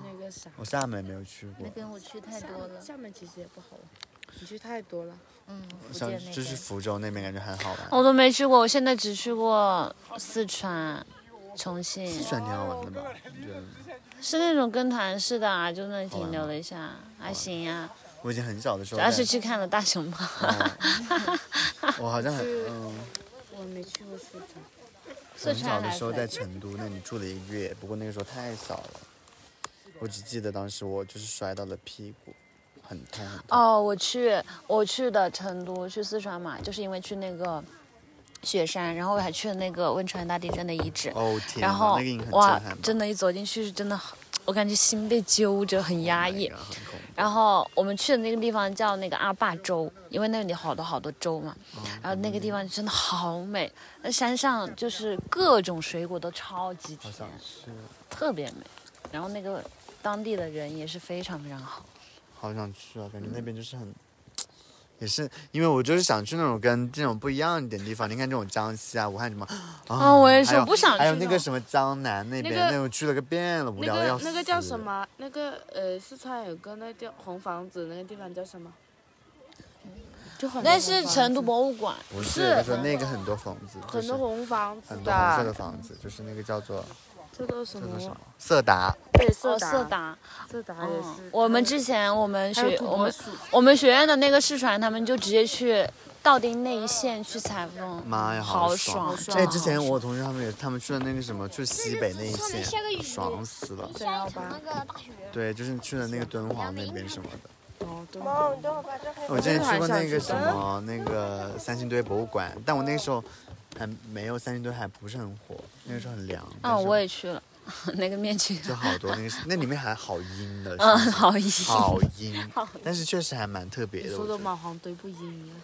S3: 那个啥，
S1: 我厦门没有去过
S2: 那，边我去太
S3: 厦
S2: 多
S3: 门
S2: 了，
S3: 厦门其实也不好玩，你去太多了。
S2: 嗯，福
S1: 像
S2: 建那
S1: 就是
S2: 边。
S1: 福州那边感觉很好玩。
S4: 我都没去过，我现在只去过四川、重庆，
S1: 四川挺好玩的吧？你觉得呢
S4: 是那种跟团式的啊，就那里停留了一下，还行啊。
S1: 我以前很小的时
S4: 主
S1: 候
S4: 要
S1: 哦在，
S4: 是去看了大熊猫，
S1: 我好像很嗯。
S3: 我没去过四川，
S4: 四
S1: 很小
S4: 川
S1: 的
S4: 还
S1: 时候在成都那里住了一个月，不过那个时候太小了，我只记得当时我就是摔到了屁股，很痛很痛。
S4: 哦，我去，我去的成都，去四川嘛，就是因为去那个雪山，然后我还去了那个汶川大地震的遗址，
S1: 哦天哪，
S4: 然后
S1: 那个影很震
S4: 哇
S1: 撼吧，，
S4: 真的，一走进去是真的很，我感觉心被揪着，很压抑。
S1: 然后很恐怖。
S4: 然后我们去的那个地方叫那个阿坝州，因为那里好多好多州嘛。
S1: 哦
S4: 然后那
S1: 嗯
S4: 个地方真的好美，那山上就是各种水果都超级
S1: 好
S4: 甜，
S1: 像是，
S4: 特别美。然后那个当地的人也是非常非常好。
S1: 好想去啊！感觉那边就是很，也是因为我就是想去那种跟这种不一样一点的地方。你看这种江西啊、武汉什么啊，
S4: 啊，我也是，
S1: 还有
S4: 我不想去。
S1: 还有那个什么江南那边，
S5: 那个
S1: 种去了个遍了，无
S5: 那
S1: 聊的要
S5: 个
S1: 死。
S5: 那个叫什？么？那个呃，四川有个那叫红房子，那个地方叫什么？就很多
S4: 那
S5: 红
S4: 是
S5: 房
S4: 成都
S5: 子
S4: 博物馆，
S1: 不
S5: 是
S1: 是，他说那个很多房子，就
S5: 很
S1: 是
S5: 多红房子
S1: 很多红色的
S5: 的，
S1: 房子，就是那个叫做
S5: 这个什
S1: 叫做什么
S5: 么？
S1: 色达。
S5: 对，
S4: 哦，
S5: 色
S4: 色
S5: 达，
S4: 达。
S5: 色达
S3: 嗯
S5: 也是。
S4: 我们之前我们
S5: 还有
S4: 学
S5: 土
S4: 我
S5: 拨
S4: 们
S5: 鼠
S4: 我们学院的那个视传，他们就直接去道丁那一线去采风，
S1: 妈呀，
S4: 好
S1: 爽！
S4: 爽！
S1: 哎，
S4: 真的
S1: 之
S4: 好
S1: 前
S4: 爽
S1: 我同事他们也，他们去了那个什么，去西北那一线，爽死了。
S5: 然后吧，
S1: 对，就是去了那个敦煌那边什么的。
S5: 哦，对，
S1: 我之前去过那个什么，那个三星堆博物馆，但我那个时候还没有三星堆还不是很火，那个时候很凉。但
S4: 啊，
S1: 是
S4: 我也去了， 那个面 具，
S1: 就好多那个，那里面还好阴的，
S4: 嗯，
S1: 是不是
S4: 好意思。
S1: 好阴，但是确实还蛮特别
S5: 你
S1: 的。
S5: 说
S1: 我
S5: 的
S1: 觉得
S5: 蚂蟥堆不一样。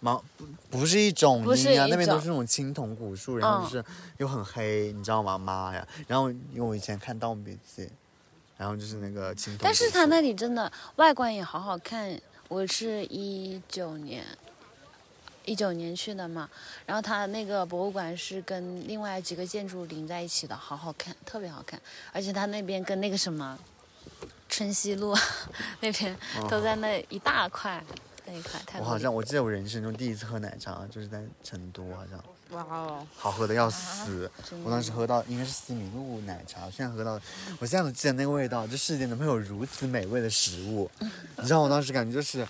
S1: 毛不是一种
S4: 不是
S1: 阴啊，
S4: 一
S1: 那边都
S4: 种嗯
S1: 是那种青铜古树，然后就是又很黑，你知道吗？妈呀！然后因为我以前看《盗墓笔记》，然后就是那个青铜古树，
S4: 但是它那里真的外观也好好看。我是一九年，一九年去的嘛，然后它那个博物馆是跟另外几个建筑连在一起的，好好看，特别好看。而且它那边跟那个什么春熙路 那边都在那一大块，那一块太
S1: 哦我
S4: 美
S1: 好
S4: 了
S1: 像我记得我人生中第一次喝奶茶就是在成都，好像
S5: 哇哦，
S1: 好喝的要死。我当时喝到应该是西米露奶茶，我现在喝到，我现在都记得那个味道，这世界怎么会有如此美味的食物？你知道我当时感觉就是，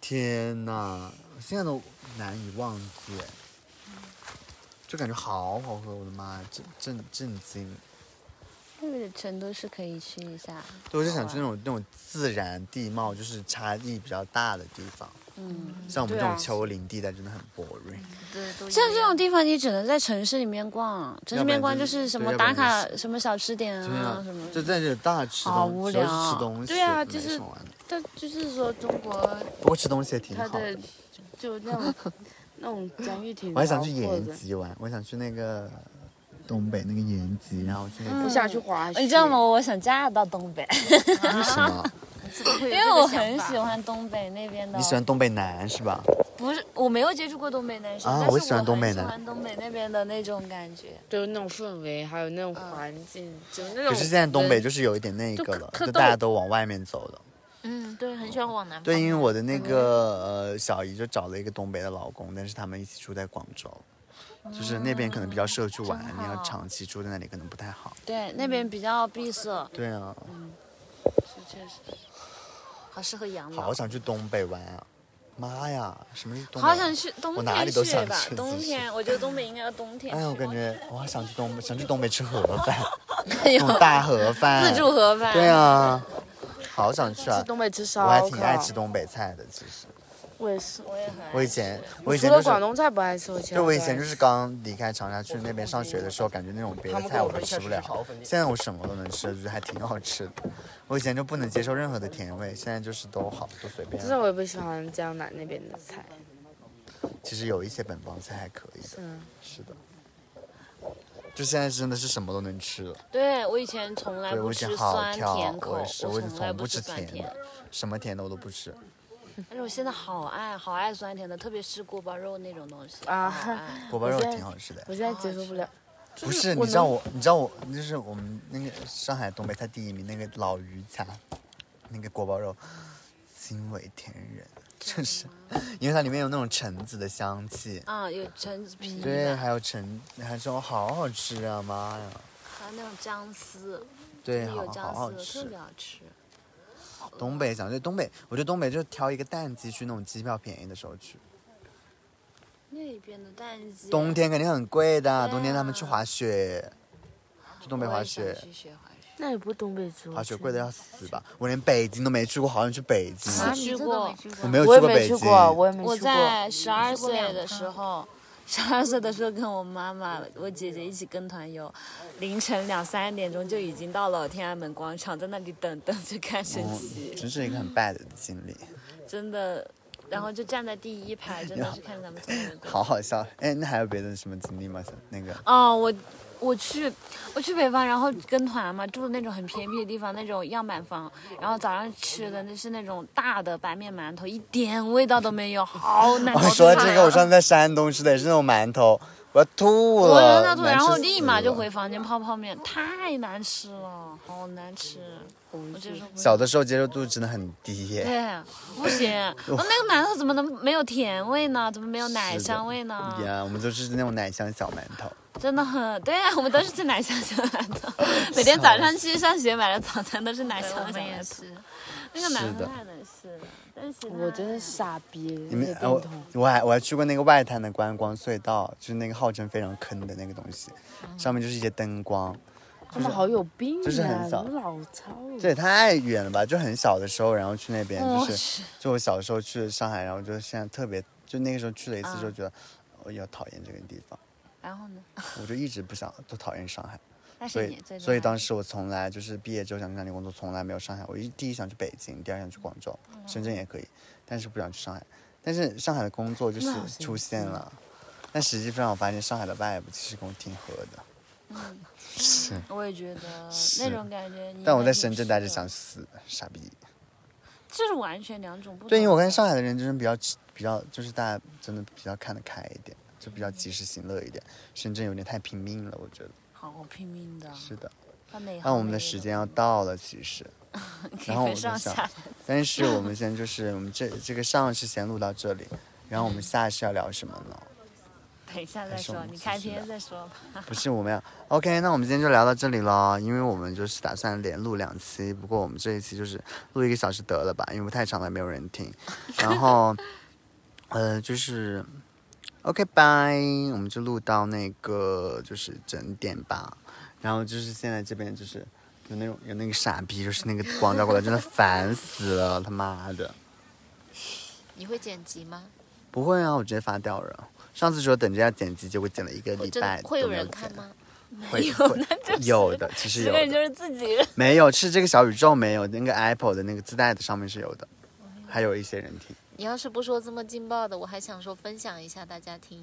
S1: 天呐，我现在都难以忘记，就感觉好好喝，我的妈呀，震震震惊！
S4: 那个成都是可以去一下。
S1: 对，我就想去那种那种自然地貌，就是差异比较大的地方。
S4: 嗯，
S1: 像我们这
S3: 对
S1: 种
S3: 啊
S1: 丘陵地带真的很 boring。
S2: 对，都一
S4: 像这
S2: 样
S4: 种地方，你只能在城市里面逛，城市里面逛就是什么打
S1: 要
S4: 卡
S1: 不然、
S4: 什么小吃店
S1: 对
S4: 啊
S1: 啊，
S4: 什么，
S1: 就在这里大吃
S4: 好
S1: 东
S4: 无
S1: 西，主要
S4: 聊
S1: 是吃东西，
S5: 对啊
S1: 没
S5: 就是
S1: 什么玩的。
S5: 但就是说中 国
S1: 不过吃东西也挺
S5: 它
S1: 好
S5: 的
S1: 的。
S5: 就那 种那种蒋玉婷，
S1: 我还想去
S5: 或
S1: 延
S5: 者
S1: 吉玩，我想去那个东北那个延吉，嗯然后去那
S3: 不
S1: 个、
S3: 想去
S5: 嗯
S3: 滑雪，
S4: 你知道吗？？我想嫁到 东北，
S1: 为什么？
S2: 怎么会
S4: 因
S2: 有
S4: 为
S2: 这
S4: 我
S2: 个想
S4: 很
S2: 法
S4: 喜欢东北那边的。
S1: 啊你喜欢东北男是吧？
S4: 不是，我没有接触过东北男生，
S1: 啊
S4: 但是
S1: 我喜欢东北
S4: 很喜
S1: 男
S4: 欢东北那边的那种感觉。
S3: 就是那种氛围，还有那种环境，就那种。
S1: 可是现在东北
S3: 人
S1: 就是有一点那
S3: 就
S1: 个
S3: 特
S1: 了，
S3: 特
S1: 就
S3: 逗
S1: 大家都往外面走了。
S2: 嗯，对，很喜欢往南方。
S1: 对，因为我的那个呃小姨就找了一个东北的老公，但是他们一起住在广州，就是那边可能比较适合去玩，
S2: 真
S1: 你要
S2: 好
S1: 长期住在那里可能不太好。
S4: 对，那边比较闭塞，
S1: 对啊，
S4: 好适合养老
S1: 啊好。想去东北玩啊！妈呀，什么是东北？
S4: 好想。去冬
S1: 我
S4: 天
S1: 哪里都想
S4: 吧
S1: 去，
S4: 冬
S1: 其实
S4: 天，我觉得东北应该要 冬天去。
S1: 哎呀，我感觉我好想去东北，想去东北吃盒饭，
S4: 哎
S1: 那
S4: 呦
S1: 种大盒饭。
S4: 自助。盒饭。
S1: 对啊，好想去啊！
S3: 东北吃烧
S1: 我
S3: 烤，
S1: 还挺爱吃东北菜的，其实。
S3: 我也是，
S4: 我也很爱
S1: 我以前，我以
S3: 除
S1: 前就
S3: 了
S1: 是
S3: 广东菜不爱吃，我其他
S1: 就我以
S3: 都爱
S1: 前就
S3: 吃
S1: 是刚离开长沙去那边上学的时候，感觉那种别的菜我都吃不了。现在我什么都能吃，觉得还挺好吃的。我以前就不能接受任何的甜味，现在就是都好，都随便
S3: 其。实我也不喜欢江南那边的菜，
S1: 其实有一些本帮菜还可以的，
S3: 嗯，
S1: 是的。就现在真的是什么都能吃了，
S4: 对我以前从来
S1: 对我
S4: 不
S1: 以前
S4: 吃
S1: 好
S4: 酸
S1: 挑，
S4: 甜口，
S1: 我也是，我以前
S4: 从来
S1: 从不
S4: 吃
S1: 吃
S4: 酸
S1: 甜
S4: 甜
S1: 的，，什么甜的我都不吃。
S4: 但是我现在好爱好爱酸甜的，特别是锅包肉那种东西
S3: 啊
S4: 好爱
S1: 锅包肉
S3: 我现在
S1: 挺好吃的，
S3: 我现在接受不了。
S1: 不是你知道我，你知道我就是我们那个上海东北菜第一名那个老于家，那个锅包肉，惊为天人，就是因为它里面有那种橙子的香气，
S4: 啊，有橙子皮
S1: 对，
S4: 的，
S1: 还有橙，还有这种好好吃啊，妈呀，
S4: 还有那种姜丝，
S1: 对，
S4: 那
S1: 好
S4: 有
S1: 好
S4: 姜
S1: 好
S4: 丝的特
S1: 吃
S4: 别。好吃。
S1: 东北想去东北，我觉得东北就挑一个淡季去，那种机票便宜的时候去。
S4: 那边的淡季，
S1: 冬天肯定很贵的，
S4: 啊对
S1: 冬天他们去
S4: 啊
S1: 滑雪，去东北
S4: 我
S1: 滑
S4: 也想
S1: 雪，
S4: 去学滑雪，
S3: 那也不东北吃，
S1: 滑雪贵的要死吧！我连北京都没去过，好想去北京。
S4: 啊
S2: 你这都
S4: 过
S2: 没去过
S1: 我没有去
S3: 我也
S1: 过
S3: 没
S1: 北
S3: 去
S1: 京，
S3: 过，我也没
S4: 我
S3: 去过。
S4: 在十二岁
S2: 两
S4: 的时候，十二岁的时候跟我妈妈、我姐姐一起跟团游，凌晨两三点钟就已经到了天安门广场，在那里等等着看升
S1: 哦
S4: 旗，
S1: 真是一个很 bad 的经历，
S4: 真的。然后就站在第一排，真的是看着咱们中国人过。
S1: 好好笑。哎，那还有别的什么经历吗？那个
S4: 哦，我我去我去北方，然后跟团嘛，住的那种很偏僻的地方，那种样板房，然后早上吃的那是那种大的白面馒头，一点味道都没有，好难
S1: 我
S4: 吃啊。
S1: 哦说这个，我上次在山东吃的也是那种馒头，我要吐
S4: 我扔
S1: 了，
S4: 到吐，
S1: 难
S4: 然
S1: 吃
S4: 后
S1: 死
S4: 立马就
S1: 了
S4: 回房间泡泡面，太难吃了，好难吃，我接受不了。
S1: 小的时候接受度真的很低耶，
S4: 对，不行，我那个馒头怎么能没有甜味呢？怎么没有奶香味呢？
S1: 呀，我们都是那种奶香小馒头。
S4: 真的很，对啊，我们都是吃奶香小馒 头，每天早上去上学买的早餐都是奶香
S2: 对我
S4: 小
S2: 们也
S4: 馒头，
S2: 是，
S4: 那个馒
S1: 是
S4: 头
S1: 的
S4: 太难吃了，但是其他
S3: 我真的傻逼，
S1: 你
S3: 那
S1: 们
S3: 个，
S1: 哎我
S3: 电筒。
S1: 我还我还去过那个外滩的观光隧道，就是那个号称非常坑的那个东西，
S4: 嗯
S1: 上面就是一些灯光，
S3: 他们好有病
S1: 就是
S3: 呀、
S1: 很少
S3: 老操！
S1: 这也太远了吧！就很小的时候，然后去那边，
S4: 我
S1: 就是
S4: 去，
S1: 就我小时候去上海，然后就现在特别，就那个时候去了一次，
S4: 啊
S1: 就觉得我要讨厌这个地方，
S4: 然后呢？
S1: 我就一直不想都讨厌上海，
S4: 那
S1: 所
S4: 是
S1: 以
S4: 你最
S1: 所以当
S4: 时
S1: 时我从来就是毕业之后想去哪里工作，从来没有上海。我一第一想去北京，第二想去广州，
S4: 嗯
S1: 深圳也可以，但是不想去上海。但是上海的工作就是出现了，但实际上我发现上海的 vibe 其实跟我挺合的，是。
S4: 我也觉得那种感觉你应该挺适合，
S1: 但我在深圳待着想死，傻逼。
S4: 这是完全两种不同。
S1: 对，因为我看上海的人真的比较比较，就是大家真的比较看得开一点，就比较及时行乐一点。深圳有点太拼命了，我觉得
S4: 好拼命的，
S1: 是的。
S4: 他每
S1: 但我们的时间要到了，其实，然后我就
S4: 上
S1: 想
S4: 下，
S1: 但是我们现在就是我们这这个上是先录到这里，然后我们下是要聊什么呢？
S4: 等一下再
S1: 还是我
S4: 说，
S1: 们
S4: 你
S1: 继
S4: 开
S1: 续
S4: 篇
S1: 吧
S4: 再说吧。
S1: 不是我们要 OK，那我们今天就聊到这里了，因为我们就是打算连录两期，不过我们这一期就是录一个小时得了吧，因为太长了没有人听。然后，呃，就是 OK，拜，我们就录到那个就是整点吧。然后就是现在这边就是有那种有那个傻逼，就是那个广告过来，真的烦死了，他妈的！
S2: 你会剪辑吗？
S1: 不会啊，我直接发掉了。上次说等着要剪辑，结果剪了一个礼
S2: 真
S1: 拜
S2: 的会
S1: 都
S2: 有
S1: 没
S2: 人
S1: 剪
S2: 看？吗？
S1: 会
S4: 有
S1: 会
S4: 那就是
S1: 有的，其实
S4: 这
S1: 有
S4: 个人就
S1: 的
S4: 是自己人。
S1: 没有是这个小宇宙没有那个 Apple 的那个自带的上面是有的，还有一些人听。
S2: 你要是不说这么劲爆的，我还想说分享一下大家听。